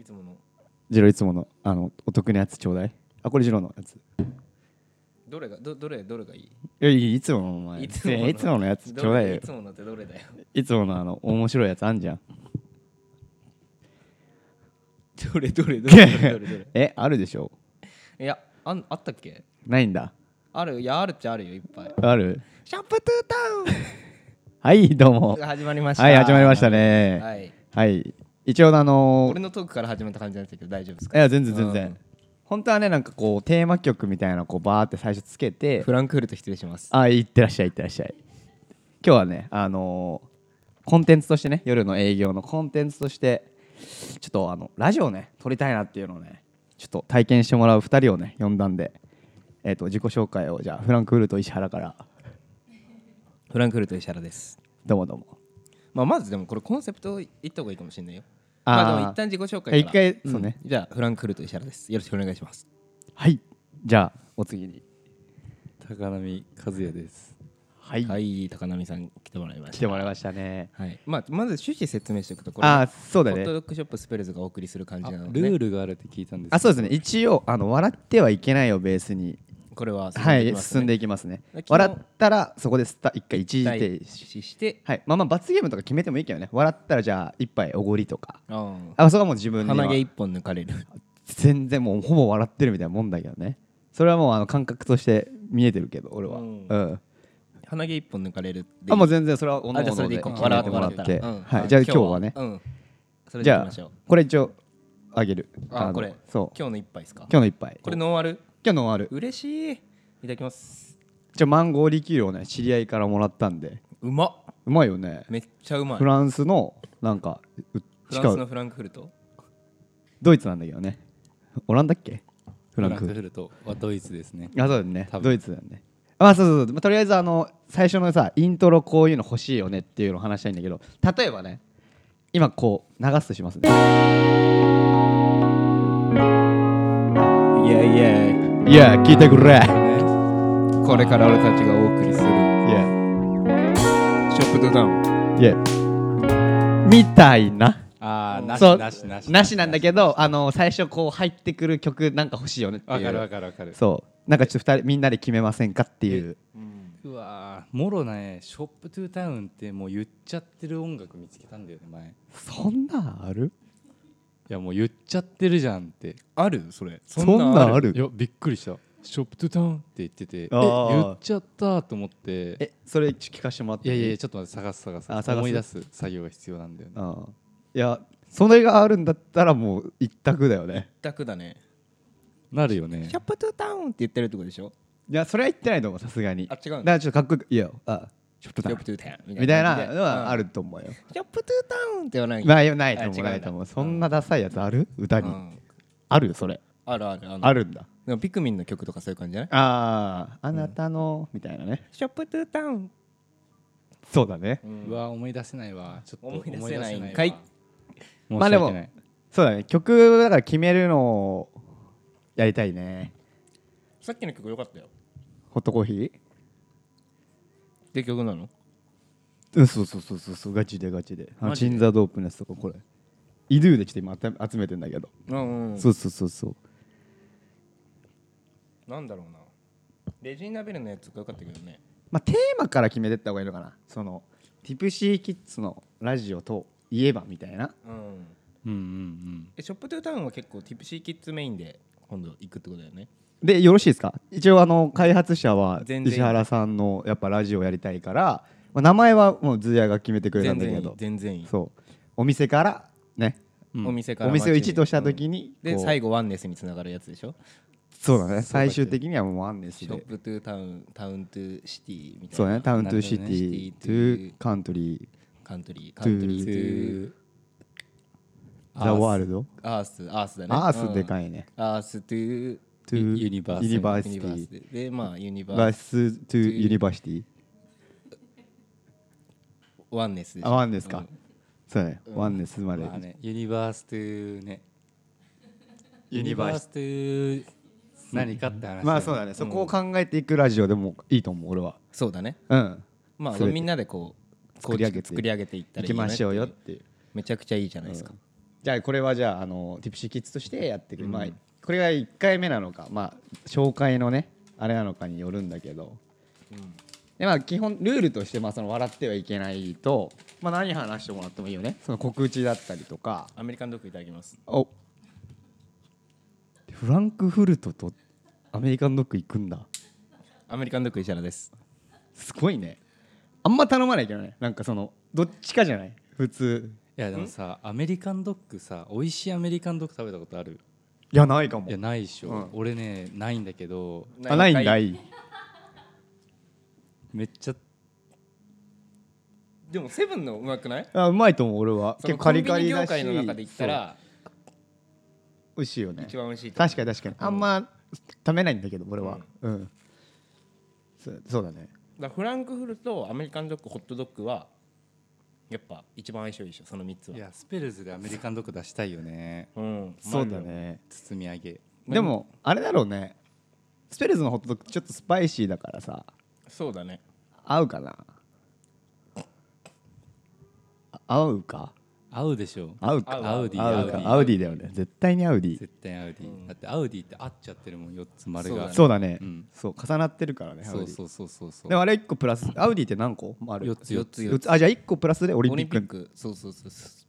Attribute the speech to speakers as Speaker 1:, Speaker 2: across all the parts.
Speaker 1: いつもの
Speaker 2: ジローいつものあのお得なやつちょうだいあこれジローのやつい
Speaker 1: どれがどどれどれがいい
Speaker 2: やいいいつものお前
Speaker 1: いつもの
Speaker 2: ねいつものやつちょうだい
Speaker 1: ど
Speaker 2: よ
Speaker 1: れいつものってどれだよ
Speaker 2: いつものあの面白いやつあんじゃん
Speaker 1: どれどれどれどれどれどれ
Speaker 2: えあるでしょ
Speaker 1: いやあんあったっけ
Speaker 2: ないんだ
Speaker 1: あるいやあるっちゃあるよいっぱい
Speaker 2: ある
Speaker 1: シャンプートゥー
Speaker 2: はいどう
Speaker 1: タウ
Speaker 2: も
Speaker 1: ン始まりました
Speaker 2: はい始まりました
Speaker 1: は
Speaker 2: ね
Speaker 1: い、
Speaker 2: はい、一応あの
Speaker 1: 俺のトークから始まった感じなんだけど大丈夫です
Speaker 2: い
Speaker 1: か
Speaker 2: や全然全
Speaker 1: うん
Speaker 2: 然本当はねなんかこうテーマ曲みたいなのこうバーって最初つけて
Speaker 1: フランクフルト失礼します
Speaker 2: あいってらっしゃいいってらっしゃい今日はねあのーコンテンツとしてね夜の営業のコンテンツとしてちょっとあのラジオをね撮りたいなっていうのをねちょっと体験してもらう2人をね呼んだんで、えー、と自己紹介をじゃあフランクフルト石原から
Speaker 1: フランクフルト石原です
Speaker 2: どうもどうも
Speaker 1: まあまずでもこれコンセプト言った方がいいかもしれないよ
Speaker 2: あー
Speaker 1: まあでも一旦自己紹介から
Speaker 2: 一回そうね
Speaker 1: んじゃあフランクフルト石原ですよろしくお願いします
Speaker 2: はいじゃあお次に
Speaker 3: 高波和也です。
Speaker 2: はい、
Speaker 1: はい高波さん来てもらいま
Speaker 2: 来
Speaker 1: してた
Speaker 2: もらいましたね
Speaker 1: はいまあまず趣旨説明しておくとこれ
Speaker 2: あーそうだ
Speaker 1: ホットド
Speaker 2: ね
Speaker 1: ッグショップスペルズがお送りする感じなので、
Speaker 3: ルールがあるって聞いたんですけど。
Speaker 2: あそうですね一応あの笑ってはいけないをベースに
Speaker 1: これは進
Speaker 2: は
Speaker 1: んでいき
Speaker 2: い
Speaker 1: ます
Speaker 2: 進んでいきますね
Speaker 1: 昨日
Speaker 2: 笑ったらそこでスタ一回一時停
Speaker 1: 停
Speaker 2: 止
Speaker 1: 止して、
Speaker 2: はい、まあまあ罰ゲームとか決めてもいいけどね笑ったらじゃあ一杯おごりとか
Speaker 1: うん
Speaker 2: あそこはもう自分で
Speaker 1: 鼻毛
Speaker 2: 今
Speaker 1: 一本抜かれる
Speaker 2: 全然もうほぼ笑ってるみたいなもんだけどねそれはもうあの感覚として見えてるけど俺は
Speaker 1: う
Speaker 2: うんん、
Speaker 1: 鼻毛一本抜かれるでいい
Speaker 2: あもう全然それはおの
Speaker 1: あじゃあ
Speaker 2: お
Speaker 1: それ
Speaker 2: の
Speaker 1: でい
Speaker 2: で
Speaker 1: こう
Speaker 2: 決
Speaker 1: 笑
Speaker 2: め
Speaker 1: ってて
Speaker 2: も
Speaker 1: も
Speaker 2: ら
Speaker 1: ら
Speaker 2: っ、
Speaker 1: ってたらうん
Speaker 2: はい、じゃあ今日はね
Speaker 1: うんそれ
Speaker 2: じ
Speaker 1: でいき
Speaker 2: ゃ
Speaker 1: ましょ
Speaker 2: あ
Speaker 1: う
Speaker 2: これ一応あげる
Speaker 1: あ
Speaker 2: の
Speaker 1: これ
Speaker 2: そう
Speaker 1: 今日の一杯ですか
Speaker 2: 今日の一杯
Speaker 1: これノンアル
Speaker 2: 今日の終わる
Speaker 1: 嬉しいいただきます
Speaker 2: じゃあマンゴーリキュールをね知り合いからもらったんで
Speaker 1: うまっ
Speaker 2: うまいよね
Speaker 1: めっちゃうまい
Speaker 2: フランスのなんかう
Speaker 1: フ
Speaker 2: し
Speaker 1: ラン
Speaker 2: か
Speaker 1: スの
Speaker 2: も
Speaker 1: フランクフルト
Speaker 2: ドイツなんだけどねオランダっけフ
Speaker 3: フ
Speaker 2: ラ
Speaker 3: ラ
Speaker 2: ン
Speaker 3: ン
Speaker 2: ク
Speaker 3: クフルトはドイツですね。
Speaker 2: あそうだね
Speaker 3: 多分
Speaker 2: ドイツだよねまあそうそうそう、まあ、とりあえずあの最初のさイントロこういうの欲しいよねっていうのを話したいんだけど例えばね今こう流すとします
Speaker 1: い
Speaker 2: ね
Speaker 1: やいや
Speaker 2: いや聞いてくれいや
Speaker 1: これから俺たちがお送りするショップドダウン
Speaker 2: いやみたいな
Speaker 3: ああ、な
Speaker 2: そう
Speaker 3: しなしなし。
Speaker 2: なしなんだけどあの最初こう入ってくる曲なんか欲しいよねっていう
Speaker 3: わかるわかるわかる。
Speaker 2: そうなんかちょっと二人みんなで決めませんかっていう
Speaker 3: うわー、もろなね、ショップトゥータウンってもう言っちゃってる音楽見つけたんだよね、前。い
Speaker 2: そんなんある
Speaker 3: や、もう言っちゃってるじゃんって。
Speaker 1: あるそれ
Speaker 2: そんなんある
Speaker 3: いや、びっくりした。ショップトゥータウンって言ってて、え
Speaker 2: あー
Speaker 3: 言っちゃったと思って。
Speaker 2: えそれ聞かせてもらって
Speaker 3: いやいやいや、ちょっと待って、探す探す。
Speaker 2: あ探す
Speaker 3: 思い出す作業が必要なんだよね。
Speaker 2: うんいやそれがあるんだったらもう一択だよね
Speaker 1: 一択だね
Speaker 3: なるよね
Speaker 1: シ。ョップドダウンって言ってるってことでしょ
Speaker 2: いやそれは言ってないと思うさすがに
Speaker 1: あ違うの
Speaker 2: だからちょっとかっこよくいいよあちょっと
Speaker 1: ショ
Speaker 2: だ
Speaker 1: ップトゥータウン
Speaker 2: みたいなのはあ
Speaker 1: る
Speaker 2: ると思うよ、
Speaker 1: ショップトゥータウンって言わない
Speaker 2: まあよないと
Speaker 1: あ違
Speaker 2: 思
Speaker 1: う
Speaker 2: うん
Speaker 1: だ
Speaker 2: ないと思うそんなダサいやつある歌に、
Speaker 1: うん
Speaker 2: あるそれ
Speaker 1: あるあるある
Speaker 2: あるんだ
Speaker 1: でもピクミンの曲とかそういう感じじゃない
Speaker 2: あーあなたの、みたいなね
Speaker 1: ショップトゥータウン
Speaker 2: そうだね
Speaker 3: うわ思い出せないわちょっと
Speaker 1: 思い出せない
Speaker 3: わ
Speaker 1: んかい
Speaker 3: 申し
Speaker 2: まあでも
Speaker 3: 訳ない
Speaker 2: そうだね曲だから決めるのをやりたいね
Speaker 1: さっきの曲良かったよ
Speaker 2: ホットコーヒー
Speaker 1: で曲なの
Speaker 2: うんそうそうそうそうそうガチでガチであの
Speaker 1: マジで
Speaker 2: チンザドープのやつとかこれイドゥでちょっと今集め集めてんだけど、
Speaker 1: うん
Speaker 2: そうそうそうそう
Speaker 1: なんだろうなレジーナベルのやつが良かったけどね
Speaker 2: まあ、テーマから決めてった方がいいのかなそのティプシーキッズのラジオといえばみたいな
Speaker 1: うん
Speaker 3: うんうん
Speaker 1: えショップトゥータウンは結構ティプシーキッズメインで今度行くってことだよね
Speaker 2: でよろしいですか一応あの開発者は
Speaker 1: 全然
Speaker 2: 石原さんのやっぱラジオやりたいから、まあ、名前はもうズヤが決めてくれた
Speaker 1: 全
Speaker 2: んだ
Speaker 1: 然
Speaker 2: け
Speaker 1: いい
Speaker 2: ど
Speaker 1: 全然いい
Speaker 2: そうお店からね、
Speaker 3: うん
Speaker 1: お店から
Speaker 2: お店を
Speaker 1: 街に
Speaker 2: 1とした時に、
Speaker 1: で
Speaker 2: こう
Speaker 1: 最後ワンネスにつながるやつでしょ
Speaker 2: そうだね最終的にはもうワンネス
Speaker 1: ショ
Speaker 2: で
Speaker 1: ップトゥータウンタウントゥーシティみたいな
Speaker 2: そうだねタウントゥーシテ
Speaker 1: る
Speaker 3: な
Speaker 1: ほどね
Speaker 2: ィトゥーカントリ
Speaker 1: カントリー
Speaker 2: ー
Speaker 1: カントリ
Speaker 3: うん
Speaker 1: ートゥー
Speaker 2: ーザ・ワールド
Speaker 1: アースアースだね
Speaker 2: アースで
Speaker 1: い
Speaker 2: かいね
Speaker 1: アーストゥー
Speaker 2: トゥー
Speaker 3: ユニバーサル
Speaker 2: ユニバー
Speaker 1: ユ
Speaker 2: シ
Speaker 1: ニ
Speaker 2: テ
Speaker 1: バー
Speaker 2: ィ
Speaker 1: スででまあユニバ
Speaker 2: バ
Speaker 1: ース
Speaker 2: ストゥーユニバーシティ
Speaker 1: ワンネスでし
Speaker 2: あ
Speaker 1: ょ
Speaker 2: ワンですか、そうね、ワンネスまで、
Speaker 3: まあねユニバースというね
Speaker 2: ユニバース
Speaker 3: スという何かって話だよね
Speaker 2: まあそうだね、そこを考えていくラジオでもいいと思う俺は
Speaker 1: そうだね
Speaker 2: うん
Speaker 1: まあ
Speaker 2: 全て
Speaker 1: みんなでこう
Speaker 2: 作り上げて
Speaker 1: 作り上げていったら
Speaker 2: 行
Speaker 1: いいね
Speaker 2: きましょうよっ
Speaker 1: って
Speaker 2: ていう
Speaker 1: めちゃくちゃいいじゃないですか
Speaker 2: じゃあこれはじゃああのティプシーキッズとしてやっていく、まあ、これが1回目なのか、まあ、紹介のねあれなのかによるんだけど、でまあ、基本ルールとして、まあ、その笑ってはいけないと、まあ、何話してもらってもいいよねその告知だったりとか
Speaker 1: アメリカンドッグいただきます
Speaker 2: おフランクフルトとアメリカンドッグ行くんだ
Speaker 1: アメリカンドッグ石原です
Speaker 2: すごいねあんま頼まないけどねなんかそのどっちかじゃない普通
Speaker 3: いやでもさアメリカンドッグさ美味しいアメリカンドッグ食べたことある
Speaker 2: いやないかも
Speaker 3: いやないでしょ、
Speaker 2: うん
Speaker 3: 俺ねないんだけど
Speaker 2: あないんだ
Speaker 1: い
Speaker 2: い
Speaker 3: めっちゃ
Speaker 1: でもセブンのうまくない
Speaker 2: あうまいと思う俺は
Speaker 1: そ
Speaker 2: 結
Speaker 1: の
Speaker 2: 構カリカリ
Speaker 1: コンビニ業
Speaker 2: だし
Speaker 1: 界の中で言ったら
Speaker 2: そう美味しいよね
Speaker 1: 一番美味しい
Speaker 2: 確かに確かにあんま食べないんだけど俺はうん、そそうだね
Speaker 1: だからフランクフルトアメリカンドッグホットドッグはやっぱ一番相性いいでしょその3つはい
Speaker 3: やスペルズでアメリカンドッグ出したいよ ね
Speaker 1: うん
Speaker 2: そうだね
Speaker 3: 包み上げ
Speaker 2: でもあれだろうねスペルズのホットドッグちょっとスパイシーだからさ
Speaker 1: そうだね
Speaker 2: 合うかなあ合うか
Speaker 3: 合うでしょ
Speaker 2: 合うか
Speaker 3: アウディ
Speaker 2: 合う
Speaker 3: アウデ
Speaker 2: か
Speaker 3: ィ
Speaker 2: アウディだよね絶対にアウディ
Speaker 3: 絶対アウディ、だってアウディって合っちゃってるもん4つ丸が
Speaker 2: そうだね、
Speaker 3: うん
Speaker 2: そう重なってるからねアウデ
Speaker 3: そ
Speaker 2: ィ
Speaker 3: うそうそうそうそう
Speaker 2: でもあれ1個プラスアウディって何個ある
Speaker 3: 四つ四つ
Speaker 2: 四あじゃあ1個プラスでオリン
Speaker 1: オ
Speaker 2: ピ
Speaker 1: リン
Speaker 2: ッ
Speaker 1: ピ
Speaker 2: ク
Speaker 1: ックそうそうそうつ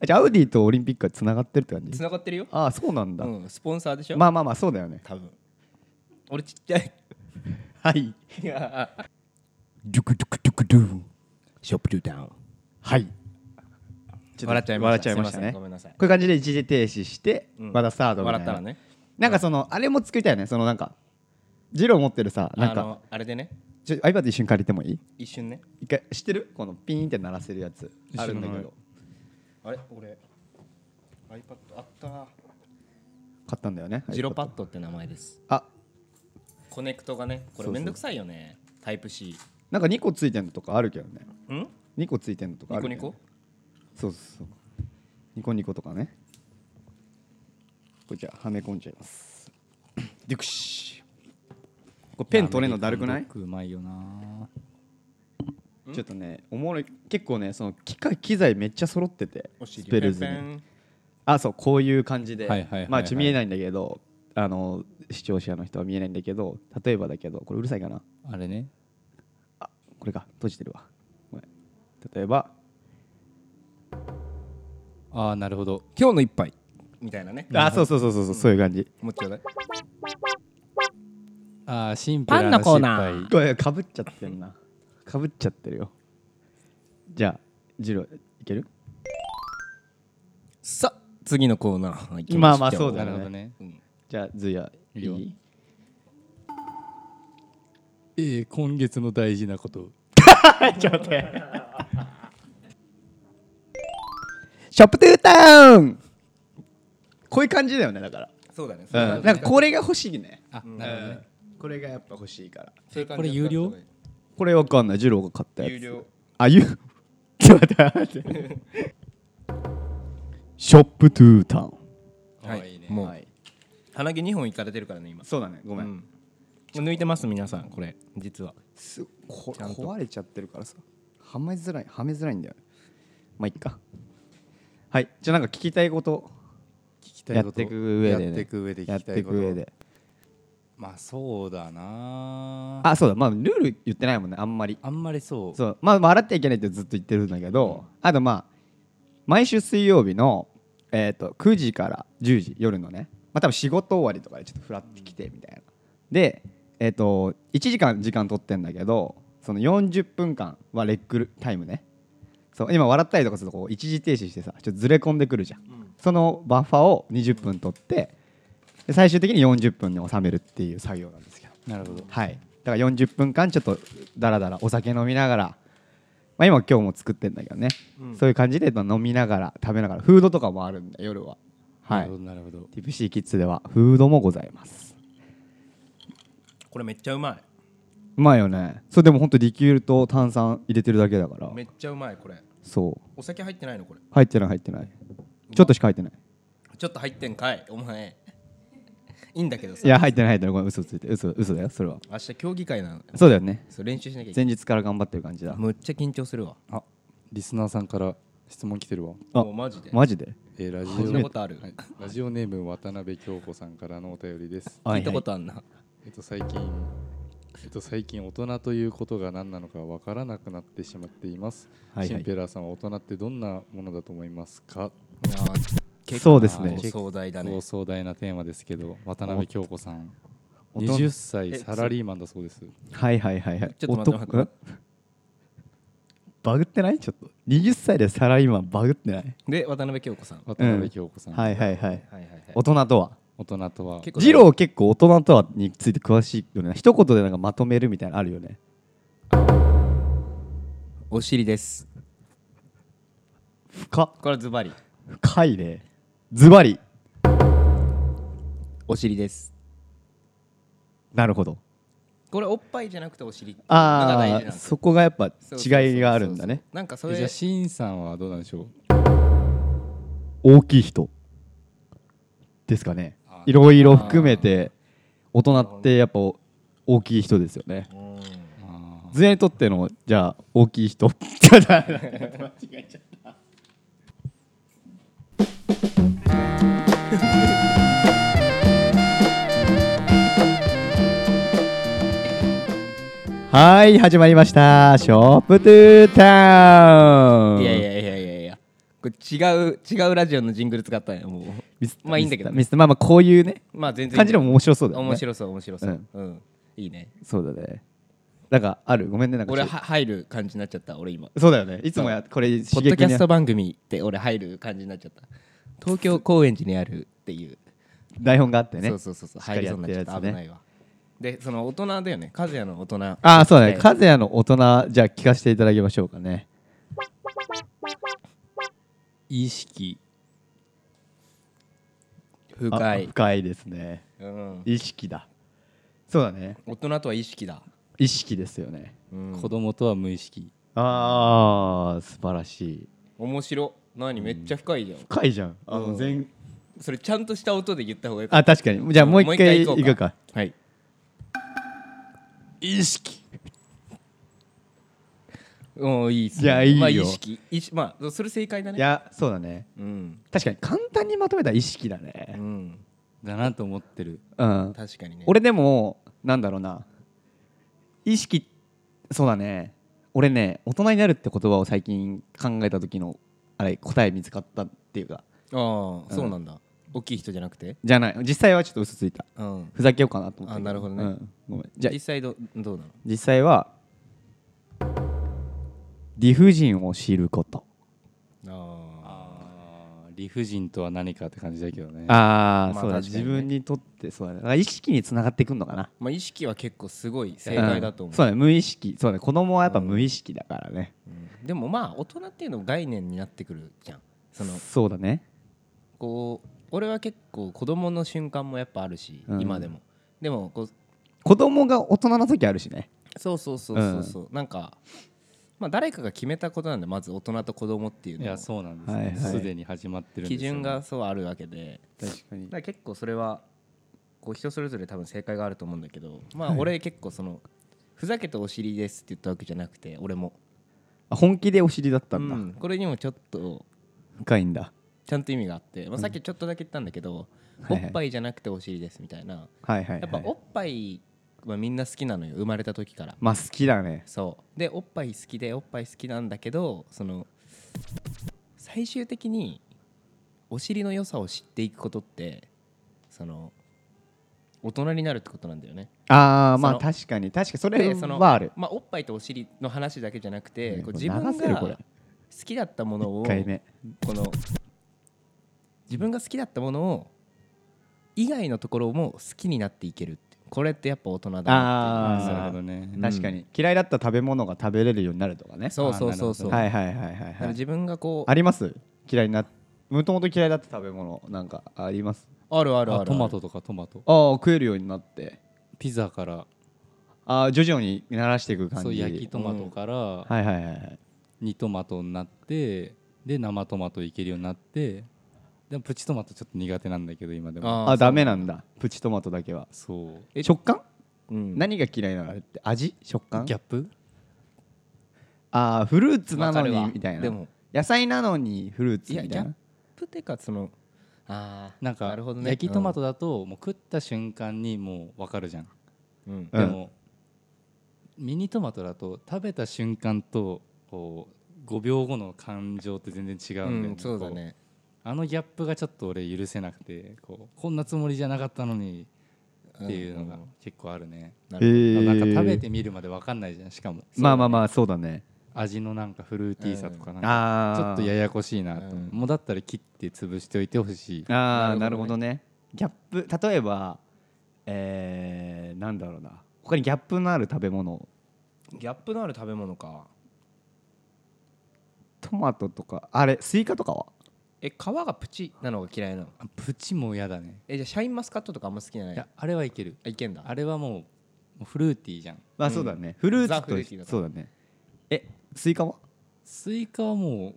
Speaker 2: あじゃあアウディとオリンピックはつながってるって感じ
Speaker 1: ながってるよ
Speaker 2: ああそうなんだ、
Speaker 1: うんスポンサーでしょ
Speaker 2: まあまあまあそうだよね
Speaker 1: 多分俺ちっちゃい
Speaker 2: はい
Speaker 1: いや
Speaker 2: ドゥクドゥクドゥクドゥ
Speaker 1: ショップトゥータウン
Speaker 2: はい
Speaker 1: 笑っちゃいました
Speaker 2: 笑っちゃいました
Speaker 1: すいません
Speaker 2: ね
Speaker 1: ごめんなさい
Speaker 2: こういう感じで一時停止して、
Speaker 1: うん
Speaker 2: またスタートみたい
Speaker 1: 笑
Speaker 2: な
Speaker 1: ったらね
Speaker 2: なんかそのあれも作りたいよねそのなんかジロー持ってるさなん
Speaker 1: あ
Speaker 2: か
Speaker 1: のあれでね
Speaker 2: ちょ iPad 一瞬借りてもいい
Speaker 1: 一瞬ね
Speaker 2: 一回知ってるこのピーンって鳴らせるやつ
Speaker 3: 知ら
Speaker 2: あ
Speaker 3: ない
Speaker 2: るんだけど
Speaker 1: あれ俺 iPad あった
Speaker 2: 買ったんだよね
Speaker 1: ジロパッ
Speaker 2: iPad
Speaker 1: ドって名前です
Speaker 2: あ
Speaker 1: コネクトがねこれめんどくさいよねタイプ C
Speaker 2: なんか2個ついてんのとかあるけどね
Speaker 1: うん
Speaker 2: 2個ついてんのとかあ
Speaker 1: ニ
Speaker 2: る
Speaker 1: コニ
Speaker 2: けどね
Speaker 1: コ
Speaker 2: そうそうそうニコニコとかねこれじゃあはめ込んじゃいますデュクシこれペン取れんのだるくな
Speaker 3: アメ
Speaker 2: い
Speaker 3: リカンドッグうまいよな
Speaker 2: ちょっとねおもろい結構ねその機械機材めっちゃ揃ってて
Speaker 1: お
Speaker 2: ス
Speaker 1: 尻
Speaker 2: ペルズ
Speaker 1: ペンペ
Speaker 2: に
Speaker 1: ン
Speaker 2: あそうこういう感じで、
Speaker 3: はいはいはいはい
Speaker 2: まあちょっと見えないんだけどあの視聴者の人は見えないんだけど例えばだけどこれうるさいかな
Speaker 3: あれね
Speaker 2: これか閉じてるわごめん例えば
Speaker 3: ああなるほど
Speaker 1: 今日の一杯みたいなね
Speaker 2: あそうそうそうそうそうそういう感じ
Speaker 1: もうちょうだい
Speaker 3: ああシンプル
Speaker 1: パン
Speaker 3: な
Speaker 1: のコーナー
Speaker 3: 失敗
Speaker 2: これかぶっちゃってんなかぶっちゃってるよじゃあジロいける
Speaker 1: さあ次のコーナー行き
Speaker 2: まあ
Speaker 1: しょ
Speaker 2: まあそうだ
Speaker 3: なるほ
Speaker 2: よ
Speaker 3: ど
Speaker 2: ね
Speaker 3: ね
Speaker 1: うん
Speaker 2: じゃあズイヤい
Speaker 3: いいよ
Speaker 2: い
Speaker 3: えー今月の大事なこと
Speaker 2: ショップトゥータウンこういう感じだよねだか
Speaker 1: そうだねそうだ
Speaker 2: ら、
Speaker 1: ね
Speaker 2: うん、なんかこれが欲しいね
Speaker 3: あなるほどね
Speaker 2: これがやっぱ欲しいから
Speaker 1: そういう感
Speaker 3: これ
Speaker 1: じ
Speaker 3: 有料
Speaker 2: これわかんないジローが買ったやつ
Speaker 1: 有料
Speaker 2: あゆちょっと待って待ってショップトゥータウン
Speaker 1: は
Speaker 3: あいい
Speaker 1: い
Speaker 3: ね
Speaker 1: も
Speaker 2: は
Speaker 1: う
Speaker 2: い
Speaker 1: 鼻毛二本いかれてるからね今
Speaker 2: そうだねごめん、
Speaker 1: うん抜いてます皆さんこれ実は
Speaker 2: すこ
Speaker 1: ちゃんと
Speaker 2: 壊れちゃってるからさはめづらいはめづらいんだよねまあいっかはいじゃあなんか聞きたいこと
Speaker 3: 聞き
Speaker 2: やっていく上で、ね、
Speaker 3: やっていく上で
Speaker 2: やっ
Speaker 3: 聞きた
Speaker 2: て
Speaker 3: い
Speaker 2: い
Speaker 3: こ
Speaker 2: く上
Speaker 3: と
Speaker 2: で
Speaker 3: まあそうだなあ
Speaker 2: あそうだまあルール言ってないもんねあんまり
Speaker 3: あんまりそう
Speaker 2: そうまあまあ洗ってはいけないってずっと言ってるんだけど、あとまあ毎週水曜日の、えー、と9時から10時夜のねまあ多分仕事終わりとかでちょっとフラッて来てみたいなでえっ、と1時間時間取ってんだけどその40分間はレックルタイムねそう今笑ったりとかするとこう一時停止してさちょっとずれ込んでくるじゃん、そのバッファを20分取ってで最終的に40分で収めるっていう作業なんですけど
Speaker 3: なるほど
Speaker 2: はい、だから40分間ちょっとだらだらお酒飲みながら、まあ、今今日も作ってんだけどね、そういう感じでまあ飲みながら食べながらフードとかもあるんだ夜はは
Speaker 3: ないるほどなるほど
Speaker 2: ティプシーキッズではフードもございます
Speaker 1: これめっちゃうま
Speaker 2: うまいよねそれでもほんとリキュールと炭酸入れてるだけだから
Speaker 1: いめっちゃうまいこれ
Speaker 2: そう
Speaker 1: お酒入ってないのこれ
Speaker 2: 入ってない入ってないちょっとしか入ってない
Speaker 1: ちょっと入ってんかいお前いいんだけどさ
Speaker 2: いや入ってない入ってないごめん嘘ついて嘘嘘だよそれは
Speaker 1: 明日競技会なの
Speaker 2: そうだよね
Speaker 1: そう練習しなきゃいけない
Speaker 2: 前日から頑張ってる感じだ
Speaker 1: むっちゃ緊張するわ
Speaker 3: あリスナーさんから質問来てるわ、
Speaker 2: あ
Speaker 1: もうマジで
Speaker 2: マジで
Speaker 3: えーラジ
Speaker 1: そんなこ
Speaker 3: オ
Speaker 1: とある、
Speaker 3: はいラジオネーム渡辺京子さんからのお便りです
Speaker 2: は
Speaker 1: 聞いたことあんな、
Speaker 3: えっと最近えっと最近大人ということが何なのかわからなくなってしまっています、
Speaker 2: はいは
Speaker 3: シン
Speaker 2: い
Speaker 3: ペラーさんは大人ってどんなものだと思いますか
Speaker 1: いやー結構
Speaker 2: そうですね
Speaker 1: 壮大だね
Speaker 3: そう壮大なテーーマですけど渡辺京子さん
Speaker 2: お大人
Speaker 3: 20歳サラリーマンだそうです
Speaker 2: はいはいはいはい
Speaker 1: ちょっと待って
Speaker 2: お
Speaker 1: 待
Speaker 2: んバグってないちょっと20歳でサラリーマンバグってない
Speaker 1: で渡辺京子さんは
Speaker 3: 渡辺京子さん、
Speaker 2: はいはいは
Speaker 1: い
Speaker 2: い
Speaker 1: はいはい
Speaker 2: 大人とは
Speaker 3: 大人とは
Speaker 1: 結構
Speaker 2: 二郎結構大人とはについて詳しいよね一言でなんかまとめるみたいなのあるよね
Speaker 1: お尻です
Speaker 2: 深っ
Speaker 1: これズバリ
Speaker 2: 深いねズバリ
Speaker 1: お尻です
Speaker 2: なるほど
Speaker 1: これおっぱいじゃなくてお尻のが大事な
Speaker 2: あ
Speaker 1: ん
Speaker 2: あ
Speaker 1: です
Speaker 2: そこがやっぱ
Speaker 1: そうそうそうそう
Speaker 2: 違いがあるんだね
Speaker 1: なんかそ
Speaker 3: えじゃ
Speaker 1: れ
Speaker 3: あシンさんはどうなんでしょう
Speaker 2: 大きい人ですかね
Speaker 3: あ
Speaker 2: いろいろ含めて大人ってやっぱ大きい人ですよね
Speaker 3: あ
Speaker 2: ズエにとってのじゃあ大きい人 じゃあダメだはい始まりました「ショップトゥータウン」
Speaker 1: いやいやいやいやいやこれ違う違うラジオのジングル使ったんやもう
Speaker 2: ミス
Speaker 1: まあいいんだけど
Speaker 2: ミスまあまあこういうね
Speaker 1: まあ全然
Speaker 2: 感じでも面白そうだよね
Speaker 1: 面白そう面白そううんうんいいね
Speaker 2: そうだねなんかあるごめんねなんか
Speaker 1: 俺
Speaker 2: ちょ
Speaker 1: は入る感じになっちゃった俺今
Speaker 2: そうだよねいつもやこれ刺激
Speaker 1: ポッドキャスト
Speaker 2: に
Speaker 1: 番組って俺入る感じになっちゃった東京高円寺にあるっていう
Speaker 2: 台本があってね
Speaker 1: そうそうそうそう
Speaker 2: しっか
Speaker 1: 入
Speaker 2: り
Speaker 1: り
Speaker 2: や
Speaker 1: そうにな
Speaker 2: ってる
Speaker 1: っちゃ
Speaker 2: や
Speaker 1: っ
Speaker 2: つね
Speaker 1: た危ないわでその大人だよね和也の大人
Speaker 2: ああそうだね
Speaker 1: はい
Speaker 2: 和也の大人じゃあ聞かせていただきましょうかね
Speaker 3: 意識
Speaker 1: 深
Speaker 2: あ
Speaker 1: い
Speaker 2: 深いですね
Speaker 1: うん
Speaker 2: 意識だそうだね
Speaker 1: 大人とは意識だ
Speaker 2: 意識ですよね
Speaker 1: うん
Speaker 3: 子供とは無意識
Speaker 2: ああ素晴らしい
Speaker 1: 面白何めっちゃ深いじゃん
Speaker 2: 深いじゃんあ
Speaker 1: う
Speaker 2: の
Speaker 1: ん
Speaker 2: 全、
Speaker 1: それちゃんとした音で言った方がいい
Speaker 2: あ確かにじゃあもう一回い
Speaker 1: もう
Speaker 2: く
Speaker 1: 一回行こう
Speaker 2: か
Speaker 1: はい
Speaker 3: 意識
Speaker 1: うんいいっすね
Speaker 2: いやいいよ
Speaker 1: まあ意識意識まあそれ正解だね
Speaker 2: いやそうだね
Speaker 1: うん
Speaker 2: 確かに簡単にまとめたら意識だ
Speaker 1: う
Speaker 2: ね
Speaker 1: ん
Speaker 3: だなと思ってる
Speaker 2: うん
Speaker 1: 確かにね
Speaker 2: 俺でもなんだろうな意識そうだね俺ね大人になるって言葉を最近考えた時のあれ答え見つかったっていうか
Speaker 1: ああそうなんだ大きい人じゃなくて
Speaker 2: じゃない実際はちょっと嘘ついた
Speaker 1: うん
Speaker 2: ふざけようかなと思って
Speaker 1: あなるほどね
Speaker 2: うんごめんじゃあ
Speaker 1: 実際どどうなの
Speaker 2: 実際は理不尽を知ること
Speaker 1: あ
Speaker 3: あー理不尽とは何かって感じだけどね
Speaker 2: ああ、
Speaker 1: まあ
Speaker 2: そうだ、
Speaker 1: 確か
Speaker 2: 自
Speaker 1: にね
Speaker 2: 分にとってそうだねだから意識につながってくんのかな
Speaker 1: まあ意識は結構すごい正解だと
Speaker 2: ん
Speaker 1: 思う,、
Speaker 2: そうだね無意識そうだね子供はやっぱ無意識だからね、
Speaker 1: でもまあ大人っていうの概念になってくるじゃんその
Speaker 2: そうだね
Speaker 1: こう俺は結構子供の瞬間もやっぱあるし、
Speaker 2: うん
Speaker 1: 今でもでもこう
Speaker 2: 子供が大人の時あるしね
Speaker 1: そうそうそうそうそう、なんかまあ誰かが決めたことなんでまず大人と子供っていう
Speaker 3: い
Speaker 1: の
Speaker 3: や
Speaker 1: は
Speaker 3: そうなんです
Speaker 2: はいは
Speaker 3: ね
Speaker 2: い
Speaker 3: すで、に始まってるんです
Speaker 1: 基
Speaker 3: よ
Speaker 1: 準がそうあるわけで
Speaker 2: 確かに
Speaker 1: だから結構それはこう人それぞれ多分正解があると思うんだけどまあ
Speaker 2: はい
Speaker 1: 俺結構そのふざけてお尻ですって言ったわけじゃなくて俺も
Speaker 2: あ本気でお尻だったんだ、
Speaker 1: うんこれにもちょっと
Speaker 2: 深いんだ
Speaker 1: ちゃんと意味があって、まあ、さっきちょっとだけ言ったんだけど、
Speaker 2: はいはい
Speaker 1: おっぱいじゃなくてお尻ですみたいな、
Speaker 2: はいはい、はい、
Speaker 1: やっぱおっぱいはみんな好きなのよ生まれた時から
Speaker 2: まあ好きだね
Speaker 1: そうでおっぱい好きでおっぱい好きなんだけどその最終的にお尻の良さを知っていくことってその大人になるってことなんだよね
Speaker 2: ああまあ
Speaker 1: その
Speaker 2: 確かに確かにそれ
Speaker 1: でその
Speaker 2: はある
Speaker 1: まあ、おっぱいとお尻の話だけじゃなくて、
Speaker 2: ね
Speaker 1: こう
Speaker 2: これ
Speaker 1: 自分
Speaker 2: 流せる
Speaker 1: が
Speaker 2: これ
Speaker 1: 好きだったものを
Speaker 2: 1回目
Speaker 1: この自分が好きだったものを以外のところも好きになっていけるってこれってやっぱ大人だなっていう
Speaker 2: あー
Speaker 3: なるほどね
Speaker 1: ん
Speaker 2: 確かに嫌いだった食べ物が食べれるようになるとかね
Speaker 1: そうそうそうそう、
Speaker 2: は
Speaker 1: だ
Speaker 2: いはいはいはい
Speaker 1: か
Speaker 2: は
Speaker 1: ら
Speaker 2: い
Speaker 1: 自分がこう
Speaker 2: あります嫌いになもともと嫌いだった食べ物なんかあります
Speaker 1: あるあるある
Speaker 3: あトマトとかトマト
Speaker 2: ああ食えるようになって
Speaker 3: ピザから
Speaker 2: ああ徐々に慣らしていく感じ
Speaker 3: そう焼きトマトから
Speaker 2: はいはいはいはい
Speaker 3: 煮トマトになってで生トマトいけるようになってでもプチトマトちょっと苦手なんだけど今でも
Speaker 2: あダメなんだプチトマトだけは
Speaker 3: そう
Speaker 2: 食感
Speaker 1: うん
Speaker 2: 何が嫌いなのあれって味食感
Speaker 3: ギャップ
Speaker 2: ああフルーツなの
Speaker 1: わかるわ
Speaker 2: にみたいな
Speaker 1: でも
Speaker 2: 野菜なのにフルーツ
Speaker 1: いや
Speaker 2: み
Speaker 1: ギ
Speaker 2: た
Speaker 1: ャ
Speaker 2: い
Speaker 1: ッ
Speaker 2: な
Speaker 1: プってかそのああ
Speaker 3: なんか
Speaker 1: なるほどね
Speaker 3: 焼きトマトだともう食った瞬間にもう分かるじゃん、
Speaker 1: うん
Speaker 2: うん
Speaker 3: でもミニトマトだと食べた瞬間とこう5秒後の感情って全然違うんだよね、
Speaker 1: うんそうだね
Speaker 3: あのギャップがちょっと俺許せなくてこうこんなつもりじゃなかったのにっていうのが結構あるね、
Speaker 1: な
Speaker 2: え
Speaker 1: る
Speaker 2: ー
Speaker 3: なんか食べてみるまで分かんないじゃんしかも
Speaker 2: まあまあまあそうだね
Speaker 3: 味のなんかフルーティーさとかなんか
Speaker 2: あ
Speaker 3: ちょっとや
Speaker 2: や
Speaker 3: やこしいなと、
Speaker 1: うん
Speaker 3: もうだったら切って潰しておいてほしい
Speaker 2: ああな
Speaker 1: な
Speaker 2: る
Speaker 1: る
Speaker 2: ほ
Speaker 1: ほ
Speaker 2: ど
Speaker 1: ど
Speaker 2: ねギャップ例えばえーなんだろうな他にギャップのある食べ物
Speaker 1: ほどギャップのある食べ物か
Speaker 2: トマトとかあれスイカとかは
Speaker 1: え皮がプチなのが嫌いなの
Speaker 3: あプチも嫌だね
Speaker 1: えじゃあシャインマスカットとかあんま好きじゃない
Speaker 3: いやあれはいける
Speaker 1: あいけんだ
Speaker 3: あれはもうもうフルーティーじゃん
Speaker 2: まあそうだね、フル
Speaker 1: ザフル
Speaker 2: ー
Speaker 1: ー
Speaker 2: ツ
Speaker 1: ティーだ
Speaker 2: と
Speaker 1: から
Speaker 2: そうだねえスイカは
Speaker 3: スイカはもう